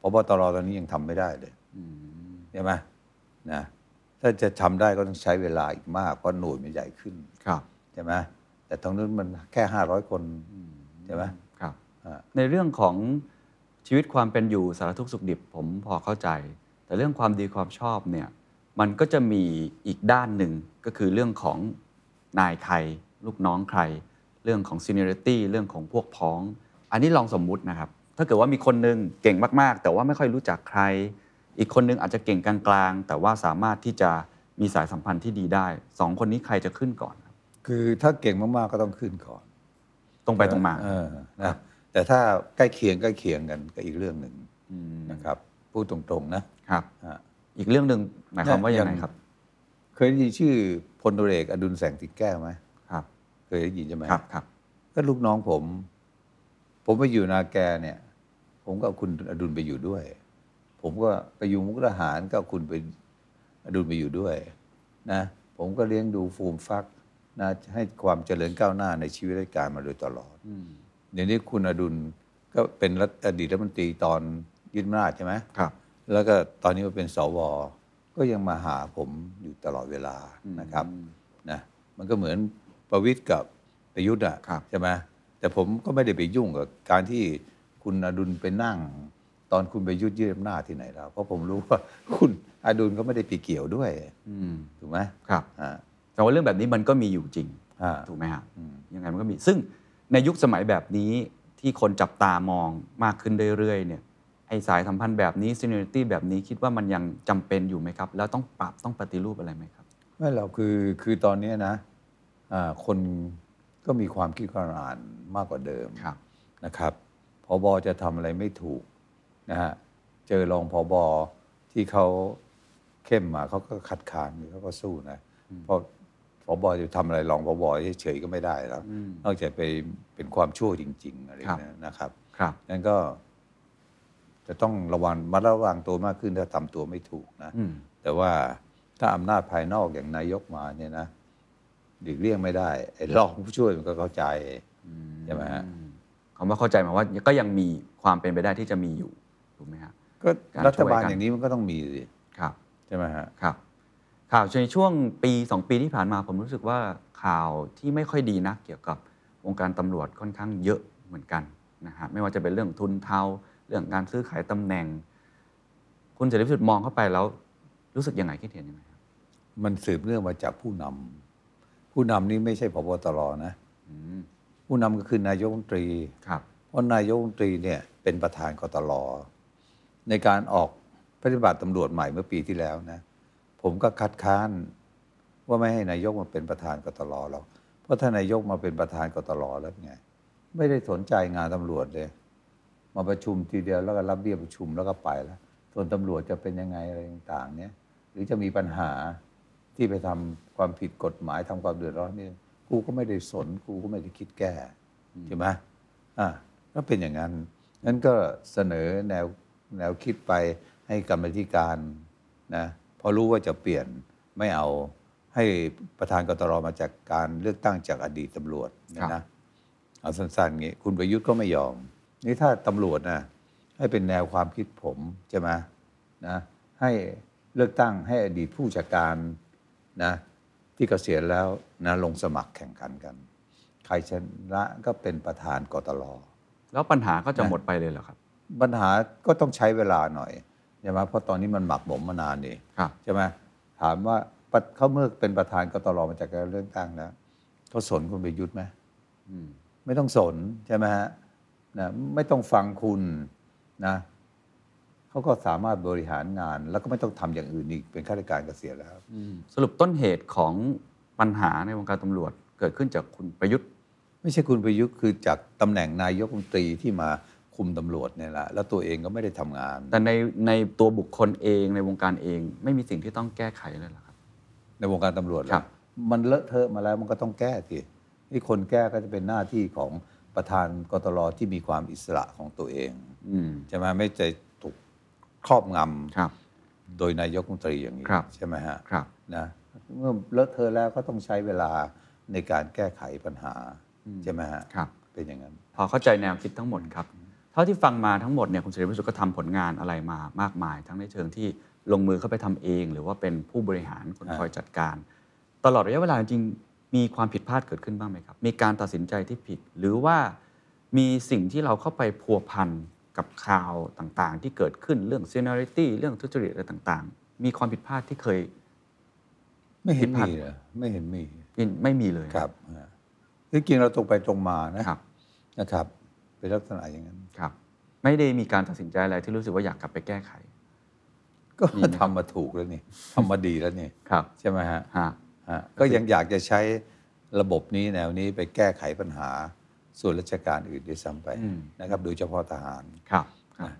[SPEAKER 1] พบตรตอนนี้ยังทำไม่ได้เลย
[SPEAKER 2] อืม
[SPEAKER 1] ใช่ไหมนะถ้าจะทำได้ก็ต้องใช้เวลาอีกมากเพราะหน่วยมันใหญ่ขึ้น
[SPEAKER 2] ครับ
[SPEAKER 1] ใช่ไหมแต่ตรงนั้นมันแค่ห้าร้อยคนใช่ไหม
[SPEAKER 2] ครับ
[SPEAKER 1] อ่า
[SPEAKER 2] ในเรื่องของชีวิตความเป็นอยู่สารทุกข์สุขดิบผมพอเข้าใจ แต่เรื่องความดีความชอบเนี่ย มันก็จะมีอีกด้านหนึ่งก็คือเรื่องของนายใคร ลูกน้องใคร เรื่องของ seniority เรื่องของพวกพ้อง อันนี้ลองสมมุตินะครับ ถ้าเกิดว่ามีคนหนึงเก่งมาก ๆ แต่ว่าไม่ค่อยรู้จักใคร อีกคนหนึงอาจจะเก่งกลางๆแต่ว่าสามารถที่จะมีสายสัมพันธ์ที่ดีได้สองคนนี้ใครจะขึ้นก่อนครับ
[SPEAKER 1] คือถ้าเก่งมากๆก็ต้องขึ้นก่อน
[SPEAKER 2] ตรงไปตรงมา
[SPEAKER 1] เออนะแต่ถ้าใกล้เคียงใกล้เคียงกันก็อีกเรื่องหนึ่ง
[SPEAKER 2] ม
[SPEAKER 1] นะครับ พูดตรงๆนะครับ ฮะ
[SPEAKER 2] อีกเรื่องหนึ่งหมายความว่ายังไง
[SPEAKER 1] ยัง
[SPEAKER 2] ครับ
[SPEAKER 1] เคยได้ยินชื่อพลตุเอกอดุลแสงติดแก้วไหม
[SPEAKER 2] ครับ
[SPEAKER 1] เคยได้ยินใช่ไหม
[SPEAKER 2] ครับครับ
[SPEAKER 1] ก็ลูกน้องผม ผมไปอยู่นาแกเนี่ย ผมก็เอาคุณอดุลไปอยู่ด้วย ผมก็ไปอยู่มุกดาหารก็เอาคุณไปอดุลไปอยู่ด้วยนะผมก็เลี้ยงดูฟูมฟักนะให้ความเจริญก้าวหน้าในชีวิตราชการมาโดยตลอด เดี๋ยวนี้คุณอดุลก็เป็นรัฐอดีตรัฐมนตรีตอนยึดอำนาจใช่ไหม
[SPEAKER 2] ครับ
[SPEAKER 1] แล้วก็ตอนนี้มาเป็นสว ก็ยังมาหาผมอยู่ตลอดเวลานะครับนะมันก็เหมือนประวิทย์กับประยุทธ์อะ
[SPEAKER 2] ครับ
[SPEAKER 1] ใช่ไหมแต่ผมก็ไม่ได้ไปยุ่งกับการที่คุณอดุลไปนั่ง ตอนคุณไประยุทธ์ยืดอำนาจที่ไหนแล้ว เพราะผมรู้ว่า คุณอดุลก็ไม่ได้ไปเกี่ยวด้วย
[SPEAKER 2] อืม
[SPEAKER 1] ถูกไหม
[SPEAKER 2] ครับ
[SPEAKER 1] อ่า
[SPEAKER 2] แต่ว่าเรื่องแบบนี้มันก็มีอยู่จริง
[SPEAKER 1] อ่า
[SPEAKER 2] ถูกไหมฮะ
[SPEAKER 1] อืม
[SPEAKER 2] ยังไงมันก็มี ซึ่งในยุคสมัยแบบนี้ที่คนจับตามองมากขึ้นเรื่อยๆเนี่ยไอสายสัมพันธ์แบบนี้ seniority แบบนี้คิดว่ามันยังจำเป็นอยู่ไหมครับ แล้วต้องปรับต้องปฏิรูปอะไรไหมครับ
[SPEAKER 1] ไม่เราคือคือตอนเนี้ยนะอ่าคนก็มีความคิดความอ่านมากกว่าเดิม
[SPEAKER 2] ครับ
[SPEAKER 1] นะครับพอบอจะทำอะไรไม่ถูกนะฮะ เจอรองพอบอที่เขาเข้มมาเขาก็ขัดขานเขาก็สู้นะเพราะพอบอจะทำอะไรรองพอบอเฉยๆก็ไม่ได้แล้ว
[SPEAKER 2] อืม
[SPEAKER 1] นอกจากไปเป็นความชั่วจริง ๆ อะไร
[SPEAKER 2] ครับ
[SPEAKER 1] นะนะครับ
[SPEAKER 2] ครับ
[SPEAKER 1] นั่นก็ จะต้องระวังมาระวังตัวมากขึ้นถ้าทำตัวไม่ถูกนะ
[SPEAKER 2] อืม
[SPEAKER 1] แต่ว่า ถ้าอำนาจภายนอกอย่างนายกมาเนี่ยนะหลีกเลี่ยงไม่ได้ไอ้รองผู้ช่วยมันก็เข้าใจใช่ไหมฮะ
[SPEAKER 2] คำว่าเข้าใจหมายว่าก็ยังมีความเป็นไปได้ที่จะมีอยู่ถูกไหมฮะ
[SPEAKER 1] ก็
[SPEAKER 2] การ
[SPEAKER 1] รัฐบาล
[SPEAKER 2] ช่วยกัน
[SPEAKER 1] อย่างนี้มันก็ต้องมีสิ
[SPEAKER 2] ครับ
[SPEAKER 1] ใช่ไหมฮะ
[SPEAKER 2] ครับ ข่าวในช่วงปีสองปีที่ผ่านมาผมรู้สึกว่าข่าวที่ไม่ค่อยดีนักเกี่ยวกับวงการตำรวจค่อนข้างเยอะเหมือนกันนะฮะไม่ว่าจะเป็นเรื่องทุนเทาเรื่องการซื้อขายตำแหน่ง คุณเสรีพิสุทธิ์มองเข้าไปแล้วรู้สึกยังไงคิดเห็นยังไงครับ
[SPEAKER 1] มันสืบเนื่องมาจากผู้นำผู้นำนี่ไม่ใช่พบตรนะ
[SPEAKER 2] อืม
[SPEAKER 1] ผู้นำก็คือนายกรัฐมนตรี
[SPEAKER 2] ครับ
[SPEAKER 1] เพราะนายกรัฐมนตรีเนี่ยเป็นประธานกตลในการออกปฏิบัติตำรวจใหม่เมื่อปีที่แล้วนะ ผมก็คัดค้านว่าไม่ให้นายกมาเป็นประธานกตลหรอกเพราะถ้านายกมาเป็นประธานกตลแล้วไง ไม่ได้สนใจงานตำรวจเลย มาประชุมทีเดียวแล้วก็รับเบี้ยประชุมแล้วก็ไปแล้วส่วนตำรวจจะเป็นยังไงอะไรต่างๆ เนี่ย หรือจะมีปัญหาที่ไปทำความผิดกฎหมายทำความเดือดร้อนนี่กูก็ไม่ได้สนกูก็ไม่ได้คิดแก้ใช่ไหมอ่าก็เป็นอย่างนั้นนั้นก็เสนอแนวแนวคิดไปให้กรรมาธิการนะพอรู้ว่าจะเปลี่ยนไม่เอาให้ประธานกตรมาจากการเลือกตั้งจากอดีตตำรวจเนยนะ เอาสั้นๆอย่างงี้คุณประยุทธ์ก็ไม่ยอม นี่ถ้าตำรวจนะให้เป็นแนวความคิดผมใช่ไหมนะให้เลือกตั้งให้อดีตผู้จัดการนะที่เกษียณแล้วนะลงสมัครแข่งขันกัน ใครชนะก็เป็นประธานกตล
[SPEAKER 2] แล้วปัญหาก็จะหมดไปเลยเหรอครับ
[SPEAKER 1] ปัญหาก็ต้องใช้เวลาหน่อยใช่ไหมเพราะตอนนี้มันหมักหมมมานานนี่
[SPEAKER 2] ครับ
[SPEAKER 1] ใช่ไหมถามว่าปัดเขาเมื่อเป็นประธานกตลมาจากการเลือกตั้งแล้วเขาสนคุณประยุทธ์ไหม
[SPEAKER 2] อืม
[SPEAKER 1] ไม่ต้องสนใช่ไหมฮะนะไม่ต้องฟังคุณนะเขาก็สามารถบริหารงาน แล้วก็ไม่ต้องทำอย่างอื่นอีกเป็นข้าราชการเกษียณแล้ว
[SPEAKER 2] สรุปต้นเหตุของปัญหาในวงการตำรวจเกิดขึ้นจากคุณประยุทธ์
[SPEAKER 1] ไม่ใช่คุณประยุทธ์คือจากตำแหน่งนายกรัฐมนตรีที่มาคุมตำรวจเนี่ยแหละแล้วตัวเองก็ไม่ได้ทำงาน
[SPEAKER 2] แต่ในในตัวบุคคลเองในวงการเองไม่มีสิ่งที่ต้องแก้ไขเลยเหรอครับ
[SPEAKER 1] ในวงการตำรวจเหอ
[SPEAKER 2] ครับ
[SPEAKER 1] มันเลอะเทอะมาแล้วมันก็ต้องแก้ทีนี่คนแก้ก็จะเป็นหน้าที่ของประธานกตลที่มีความอิสระของตัวเอง
[SPEAKER 2] อืม
[SPEAKER 1] ใช่ไหมไม่จะถูกครอบงำ
[SPEAKER 2] ครับ
[SPEAKER 1] โดยนายกรัฐมนตรีอย่างนี้
[SPEAKER 2] ครับ
[SPEAKER 1] ใช่ไหมฮะ
[SPEAKER 2] ครับ
[SPEAKER 1] นะเมื่อเลอะเทอะแล้วก็ต้องใช้เวลาในการแก้ไขปัญหาใช่ไหมฮะ
[SPEAKER 2] ครับ
[SPEAKER 1] เป็นอย่างนั้น
[SPEAKER 2] พอเข้าใจแนวคิดทั้งหมดครับ เท่าที่ฟังมาทั้งหมดเนี่ยคุณเสรีพิสุทธิ์ก็ทำผลงานอะไรมามากมาย ทั้งในเชิงที่ลงมือเข้าไปทำเอง หรือว่าเป็นผู้บริหารคน
[SPEAKER 1] อ่า
[SPEAKER 2] คอยจัดการ ตลอดระยะเวลาจริงๆมีความผิดพลาดเกิดขึ้นบ้างไหมครับ มีการตัดสินใจที่ผิด หรือว่ามีสิ่งที่เราเข้าไปพัวพันกับข่าวต่างๆ ที่เกิดขึ้นเรื่อง seniority เรื่องทุจริตอะไรต่างๆ มีความผิดพลาดที่เคย
[SPEAKER 1] ไม่เห็น
[SPEAKER 2] ผิดพลาด
[SPEAKER 1] มีเหรอไม่เห็นมี
[SPEAKER 2] ไม่มีเลย
[SPEAKER 1] ครับฮะที่จริงเราตรงไปตรงมานะครับ นะครับ เป็นลักษณะอย่างนั้น
[SPEAKER 2] ครับ ไม่ได้มีการตัดสินใจอะไรที่รู้สึกว่าอยากกลับไปแก้ไข
[SPEAKER 1] ก็
[SPEAKER 2] มีไหม
[SPEAKER 1] ทำมาถูกแล้วนี่ทำมาดีแล้วนี่
[SPEAKER 2] ครับ
[SPEAKER 1] ใช่ไหมฮะ
[SPEAKER 2] ฮะ
[SPEAKER 1] ฮะ ก็ยังอยากจะใช้ระบบนี้แนวนี้ไปแก้ไขปัญหา ส่วนราชการอื่นด้วยซ้ำไป
[SPEAKER 2] อืม
[SPEAKER 1] นะครับ โดยเฉพาะทหาร
[SPEAKER 2] ครับครับ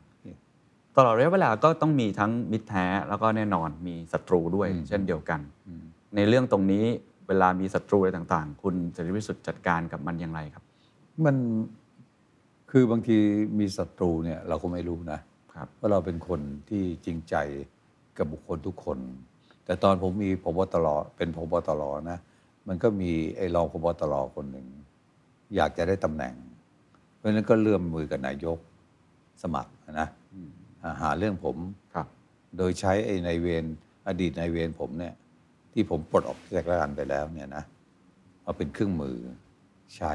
[SPEAKER 2] ตลอดระยะเวลาก็ต้องมีทั้งมิตรแท้แล้วก็แน่นอนมีศัตรูด้วย
[SPEAKER 1] อืม
[SPEAKER 2] เช่นเดียวกัน ในเรื่องตรงนี้เวลามีศัตรูอะไรต่างๆ คุณเสรีพิสุทธิ์จัดการกับมันอย่างไรครับ
[SPEAKER 1] มันคือบางทีมีศัตรูเนี่ย เราก็ไม่รู้นะ
[SPEAKER 2] ครับ
[SPEAKER 1] ว่าเราเป็นคนที่จริงใจกับบุคคลทุกคน แต่ตอนผมมีพบตรเป็นพบตรนะ มันก็มีไอ้รองพบตรคนหนึ่ง อยากจะได้ตำแหน่ง เพราะฉะนั้นก็เลื่อมมือกับนายกสมัครนะอ่าหาเรื่องผม
[SPEAKER 2] ครับ
[SPEAKER 1] โดยใช้ไอ้นายเวรอดีตนายเวรผมเนี่ย ที่ผมปลดออกจากราชการไปแล้วเนี่ยนะมาเป็นเครื่องมือใช้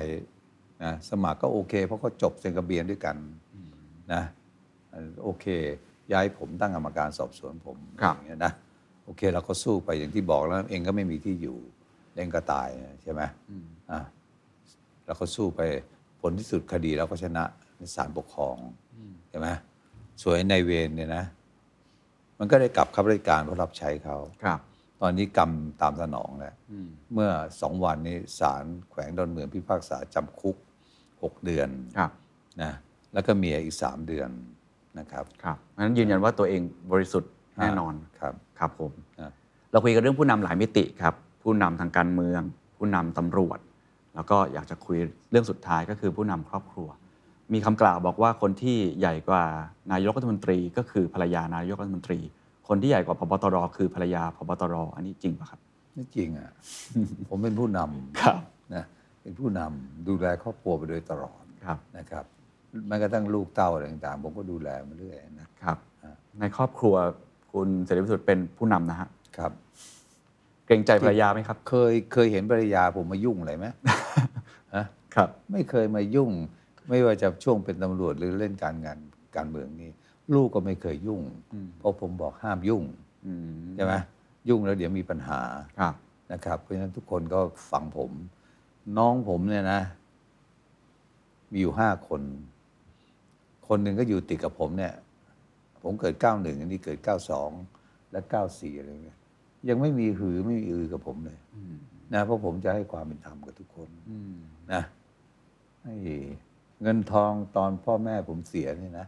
[SPEAKER 1] นะสมัครก็โอเค เพราะเขาจบเซนกระเบียนด้วยกันนะเอ่อโอเค ย้ายผมตั้งกรรมการสอบสวนผม
[SPEAKER 2] ครับ
[SPEAKER 1] อย่างเงี้ยนะโอเคเราก็สู้ไปอย่างที่บอกแล้ว เองก็ไม่มีที่อยู่เองก็ตายใช่ไหมอ่ะแล้วก็สู้ไปผลที่สุดคดีเราก็ชนะในศาลปกครองใช่ไหมส่วนไอ้นายเวรเนี่ยนะ มันก็ได้กลับเข้าบริการเพราะรับใช้เขา
[SPEAKER 2] ครับ
[SPEAKER 1] ตอนนี้กรรมตามสนองแล้ว เมื่อสองวันนี้ศาลแขวงดอนเมืองพิพากษาจำคุก 6 เดือน
[SPEAKER 2] ครับ
[SPEAKER 1] นะแล้วก็เมียอีก 3 เดือนนะครับ
[SPEAKER 2] ครับงั้นยืนยันว่าตัวเองบริสุทธิ์แน่นอน
[SPEAKER 1] ครับ
[SPEAKER 2] ครับผม
[SPEAKER 1] อ่ะ
[SPEAKER 2] เราคุยกันเรื่องผู้นำหลายมิติครับ ผู้นำทางการเมือง ผู้นำตำรวจ แล้วก็อยากจะคุยเรื่องสุดท้ายก็คือผู้นำครอบครัว มีคำกล่าวบอกว่าคนที่ใหญ่กว่านายกรัฐมนตรี ก็คือภรรยานายกรัฐมนตรี คนที่ใหญ่กว่าพบตรคือภรรยาพบตรอันนี้จริงปะครับ
[SPEAKER 1] นี่จริงอ่ะ ผมเป็นผู้นำ
[SPEAKER 2] ครับ
[SPEAKER 1] นะเป็นผู้นำดูแลครอบครัวไปโดยตลอด
[SPEAKER 2] ครับ
[SPEAKER 1] นะครับแม้กระทั่งลูกเต้าอะไรต่างๆ ผมก็ดูแลมาเรื่อยนะครับ
[SPEAKER 2] ในครอบครัวคุณเสรีพิสุทธิ์เป็นผู้นำนะฮะ
[SPEAKER 1] ครับ
[SPEAKER 2] เกรงใจภรรยาไหมครับ
[SPEAKER 1] เคยเคยเห็นภรรยาผมมายุ่งอะไรไหม ฮะ
[SPEAKER 2] ครับ
[SPEAKER 1] ไม่เคยมายุ่ง ไม่ว่าจะช่วงเป็นตำรวจหรือเล่นการงานการเมืองนี่ลูกก็ไม่เคยยุ่ง
[SPEAKER 2] อืม
[SPEAKER 1] เพราะผมบอกห้ามยุ่ง
[SPEAKER 2] อืม
[SPEAKER 1] ใช่ไหมยุ่งแล้วเดี๋ยวมีปัญหา
[SPEAKER 2] ครับ
[SPEAKER 1] นะครับ เพราะฉะนั้นทุกคนก็ฟังผม น้องผมเนี่ยนะ มีอยู่ห้าคน คนหนึ่งก็อยู่ติดกับผมเนี่ย ผมเกิดเก้าหนึ่งอันนี้เกิดเก้าสองและเก้าสี่อะไรเงี้ยยังไม่มีหือไม่มีอือกับผมเลย
[SPEAKER 2] อืม
[SPEAKER 1] นะเพราะผมจะให้ความเป็นธรรมกับทุกคน
[SPEAKER 2] อืม
[SPEAKER 1] นะให้เงินทองตอนพ่อแม่ผมเสียเนี่ยนะ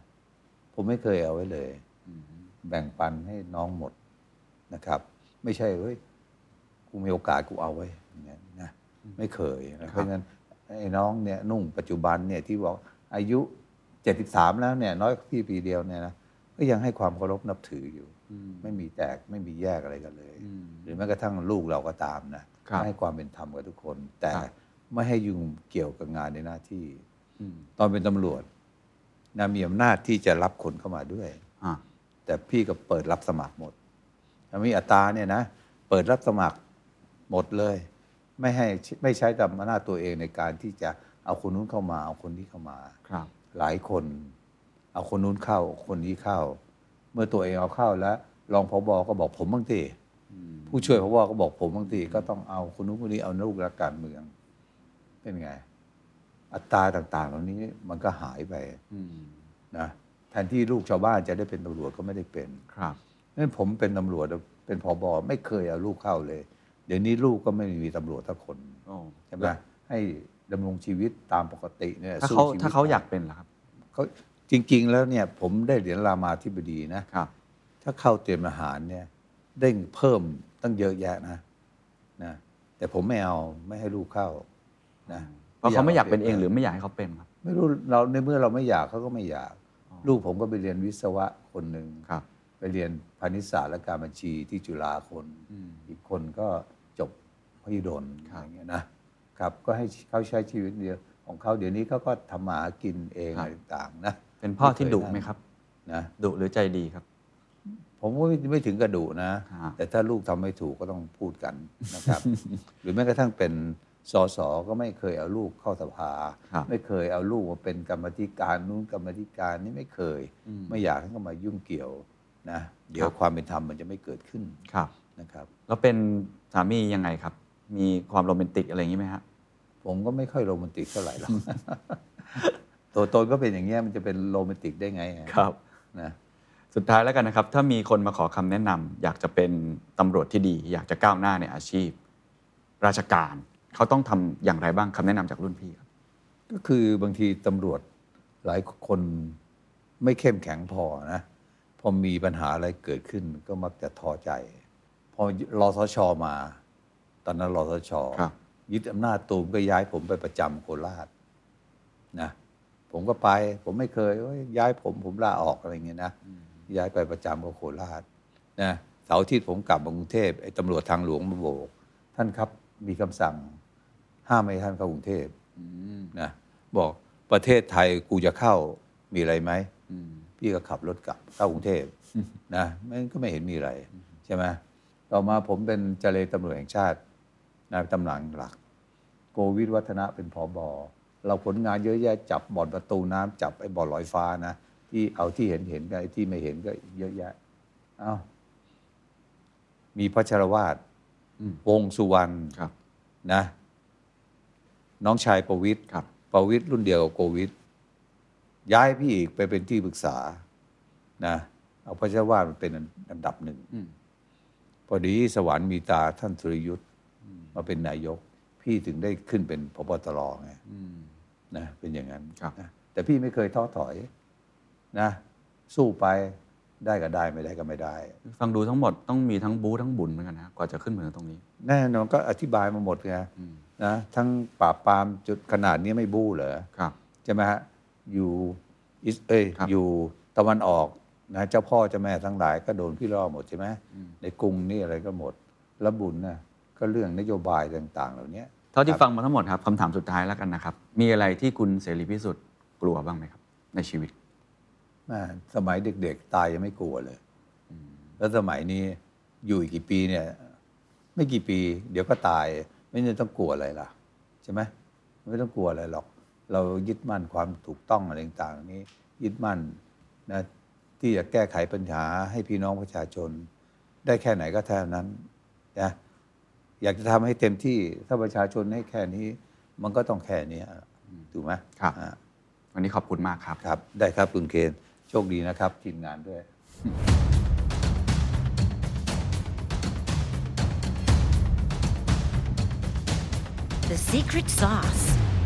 [SPEAKER 1] ผมไม่เคยเอาไว้เลย
[SPEAKER 2] อืม
[SPEAKER 1] แบ่งปันให้น้องหมดนะครับ ไม่ใช่เฮ้ยกูมีโอกาสกูเอาไว้อย่างเงี้ยนะไม่เคยนะเพราะฉะนั้นไอ้น้องเนี่ยนุ่งปัจจุบันเนี่ยที่บอกอายุเจ็ดสิบสามแล้วเนี่ย น้อยกว่าพี่ปีเดียวเนี่ยนะก็ยังให้ความเคารพนับถืออยู่
[SPEAKER 2] อืม
[SPEAKER 1] ไม่มีแตกไม่มีแยกอะไรกันเลย
[SPEAKER 2] อืม
[SPEAKER 1] หรือแม้กระทั่งลูกเราก็ตามนะครับ ให้ความเป็นธรรมกับทุกคน แต่
[SPEAKER 2] ครับ
[SPEAKER 1] ไม่ให้ยุ่งเกี่ยวกับงานในหน้าที่
[SPEAKER 2] อืม
[SPEAKER 1] ตอนเป็นตำรวจนะมีอำนาจที่จะรับคนเข้ามาด้วย
[SPEAKER 2] อ่า
[SPEAKER 1] แต่พี่ก็เปิดรับสมัครหมดมีอัตราเนี่ยนะเปิดรับสมัครหมดเลย ไม่ให้ไม่ใช้ตำนาจตัวเองในการที่จะเอาคนนู้นเข้ามาเอาคนนี้เข้ามา
[SPEAKER 2] ครับ
[SPEAKER 1] หลายคน เอาคนนู้นเข้าเอาคนนี้เข้า เมื่อตัวเองเอาเข้าแล้ว รองผบก็บอกผมบางทีผู้ช่วยผบก็บอกผมบางทีก็ต้องเอาคนนู้นคนนี้เอาลูกรักการเมือง เป็นไง อัตราต่าง ๆ เหล่านี้มันก็หายไป
[SPEAKER 2] อืม
[SPEAKER 1] นะแทนที่ลูกชาวบ้านจะได้เป็นตำรวจก็ไม่ได้เป็น
[SPEAKER 2] ครับ
[SPEAKER 1] นั่นผมเป็นตำรวจเป็นผบไม่เคยเอาลูกเข้าเลย เดี๋ยวนี้ลูกก็ไม่มีตำรวจทักคน
[SPEAKER 2] โอ้
[SPEAKER 1] ใช่ไหมให้ดำรงชีวิตตามปกติเนี่ย
[SPEAKER 2] ถ้า
[SPEAKER 1] สู้
[SPEAKER 2] เขา
[SPEAKER 1] ชีวิต
[SPEAKER 2] ถ้าเขาอยากเป็นล่ะครับ
[SPEAKER 1] เขาจริง ๆ แล้วเนี่ย ผมได้เหรียญรามาธิบดีนะ
[SPEAKER 2] ครับ
[SPEAKER 1] ถ้าเข้าเตรียมอาหารเนี่ย ได้เพิ่มตั้งเยอะแยะนะนะแต่ผมไม่เอาไม่ให้ลูกเข้านะ
[SPEAKER 2] เพราะเขาไม่อยากเป็นเองหรือไม่อยากให้เขาเป็นครับ
[SPEAKER 1] ไม่รู้เราในเมื่อเราไม่อยากเขาก็ไม่อยาก
[SPEAKER 2] อ๋อ
[SPEAKER 1] ลูกผมก็ไปเรียนวิศวะคนหนึ่ง
[SPEAKER 2] ครับ
[SPEAKER 1] ไปเรียนพาณิชยศาสตร์และการบัญชีที่จุฬาคน อีกคนก็จบพยุดล
[SPEAKER 2] ค
[SPEAKER 1] อะ
[SPEAKER 2] รับ
[SPEAKER 1] ไรเงี้ยนะครับ ก็ให้เขาใช้ชีวิตเดียวของเขาเดี๋ยวนี้เขาก็ทำมาหากินเองอะไรต่างๆนะ
[SPEAKER 2] เป็นพ่อที่ดุไหมครับ
[SPEAKER 1] นะ
[SPEAKER 2] ดุหรือใจดีครับ
[SPEAKER 1] ผมว่าไม่ไม่ถึงกระดูนะ
[SPEAKER 2] ฮะ
[SPEAKER 1] แต่ถ้าลูกทำไม่ถูกก็ต้องพูดกันนะครับ หรือแม้กระทั่งเป็นสสก็ไม่เคยเอาลูกเข้าสภา
[SPEAKER 2] ครับ
[SPEAKER 1] ไม่เคยเอาลูกมาเป็นกรรมาธิการนู้นกรรมาธิการนี่ไม่เคย
[SPEAKER 2] อืม
[SPEAKER 1] ไม่อยากให้เขามายุ่งเกี่ยวนะเดี๋ย
[SPEAKER 2] คว รับ
[SPEAKER 1] ความเป็นธรรมมันจะไม่เกิดขึ้น
[SPEAKER 2] ครับ
[SPEAKER 1] นะครับ
[SPEAKER 2] แล้วเป็นสามียังไงครับ มีความโรแมนติกอะไรอย่างนี้ไหมฮะ
[SPEAKER 1] ผมก็ไม่ค่อยโรแมนติกเท่าไหร่หรอก ตัวตนก็เป็นอย่างเงี้ยมันจะเป็นโรแมนติกได้ไงอะนะ
[SPEAKER 2] สุดท้ายแล้วกันนะครับ ถ้ามีคนมาขอคำแนะนำอยากจะเป็นตำรวจที่ดี อยากจะก้าวหน้าในอาชีพ ราชการเขาต้องทำอย่างไรบ้างคำแนะนำจากรุ่นพี่ครับ
[SPEAKER 1] ก็คือบางทีตำรวจหลายคนไม่เข้มแข็งพอนะพอมีปัญหาอะไรเกิดขึ้นก็มักจะท้อใจ พอรอสชมา ตอนนั้นรอสช
[SPEAKER 2] ครับ
[SPEAKER 1] ยึดอำนาจตูมก็ย้ายผมไปประจำโคราชนะผมก็ไป ผมไม่เคยเอ้ยย้ายผมผมลาออกอะไรเงี้ยนะย้ายไปประจำก็โคราชนะเสาร์อาทิตย์ผมกลับมากรุงเทพไอ้ตำรวจทางหลวงมาโบก ท่านครับมีคำสั่ง ห้ามไม่ให้ท่านเข้ากรุงเทพ นะบอกประเทศไทยกูจะเข้ามีอะไรไหม พี่ก็ขับรถกลับเข้ากรุงเทพนะมันก็ไม่เห็นมีอะไร ใช่ไหมต่อมาผมเป็นเจเลตำรวจแห่งชาตินะตำแหน่งหลัก โกวิทวัฒนะเป็นผอบอเราผลงานเยอะแยะจับบ่อนประตูน้ำจับไอ้บ่อนลอยฟ้านะ ที่เอาที่เห็นเห็นกับไอ้ที่ไม่เห็นก็เยอะแยะเอ้ามีพัชรวาด
[SPEAKER 2] อืม
[SPEAKER 1] วงสุวรรณ
[SPEAKER 2] ครับ
[SPEAKER 1] นะน้องชายประวิทย์
[SPEAKER 2] ครับ
[SPEAKER 1] ประวิทย์รุ่นเดียวกับโกวิทย์ย้ายพี่อีกไปเป็นที่ปรึกษานะเอาพระเจ้าวาดมันเป็นอันดับหนึ่ง
[SPEAKER 2] อืม
[SPEAKER 1] พอดีสวรรค์มีตาท่านสุริยุทธ์มาเป็นนายก พี่ถึงได้ขึ้นเป็นพบตรไง
[SPEAKER 2] อืม
[SPEAKER 1] นะเป็นอย่างนั้น
[SPEAKER 2] ครับ
[SPEAKER 1] นะแต่พี่ไม่เคยท้อถอยนะสู้ไปได้ก็ได้ไม่ได้ก็ไม่ได้
[SPEAKER 2] ฟังดูทั้งหมดต้องมีทั้งบู๊ทั้งบุญเหมือนกันนะกว่าจะขึ้นมาถึงตรงนี้
[SPEAKER 1] แน่นอนก็อธิบายมาหมดไง
[SPEAKER 2] อืม
[SPEAKER 1] นะทั้งปราบปรามจุดขนาดนี้ไม่บู้เหรอ
[SPEAKER 2] ครับ
[SPEAKER 1] ใช่ไหมฮะอยู่อิสเอ้ย
[SPEAKER 2] ครับ
[SPEAKER 1] อยู่ตะวันออก นะเจ้าพ่อเจ้าแม่ทั้งหลายก็โดนพี่ล่อหมดใช่ไหมในกรุงนี่อะไรก็หมดแล้วบุญนะก็เรื่องนโยบายต่างๆ เหล่านี้
[SPEAKER 2] เท่า
[SPEAKER 1] ค
[SPEAKER 2] ที่
[SPEAKER 1] รับ
[SPEAKER 2] ฟังมาทั้งหมดครับคำถามสุดท้ายแล้วกันนะครับ มีอะไรที่คุณเสรีพิสุทธิ์กลัวบ้างไหมครับ ในชีวิต
[SPEAKER 1] แม่สมัยเด็กๆ ตายยังไม่กลัวเลย แล้วสมัยนี้อยู่อีกกี่ปีเนี่ย ไม่กี่ปี เดี๋ยวก็ตาย ไม่ได้ต้องกลัวอะไรล่ะ ใช่ไหมไม่ต้องกลัวอะไรหรอก เรายึดมั่นความถูกต้องอะไรต่างๆนี้ ยึดมั่นนะที่จะแก้ไขปัญหาให้พี่น้องประชาชน ได้แค่ไหนก็เท่านั้นนะอยากจะทำให้เต็มที่ถ้าประชาชนให้แค่นี้ มันก็ต้องแค่นี้อะถูกไหม
[SPEAKER 2] ครับ
[SPEAKER 1] อ่า
[SPEAKER 2] วันนี้ขอบคุณมากครับ
[SPEAKER 1] ครับ ได้ครับคุณเคน โชคดีนะครับ ทีมงานด้วย
[SPEAKER 4] The secret sauce.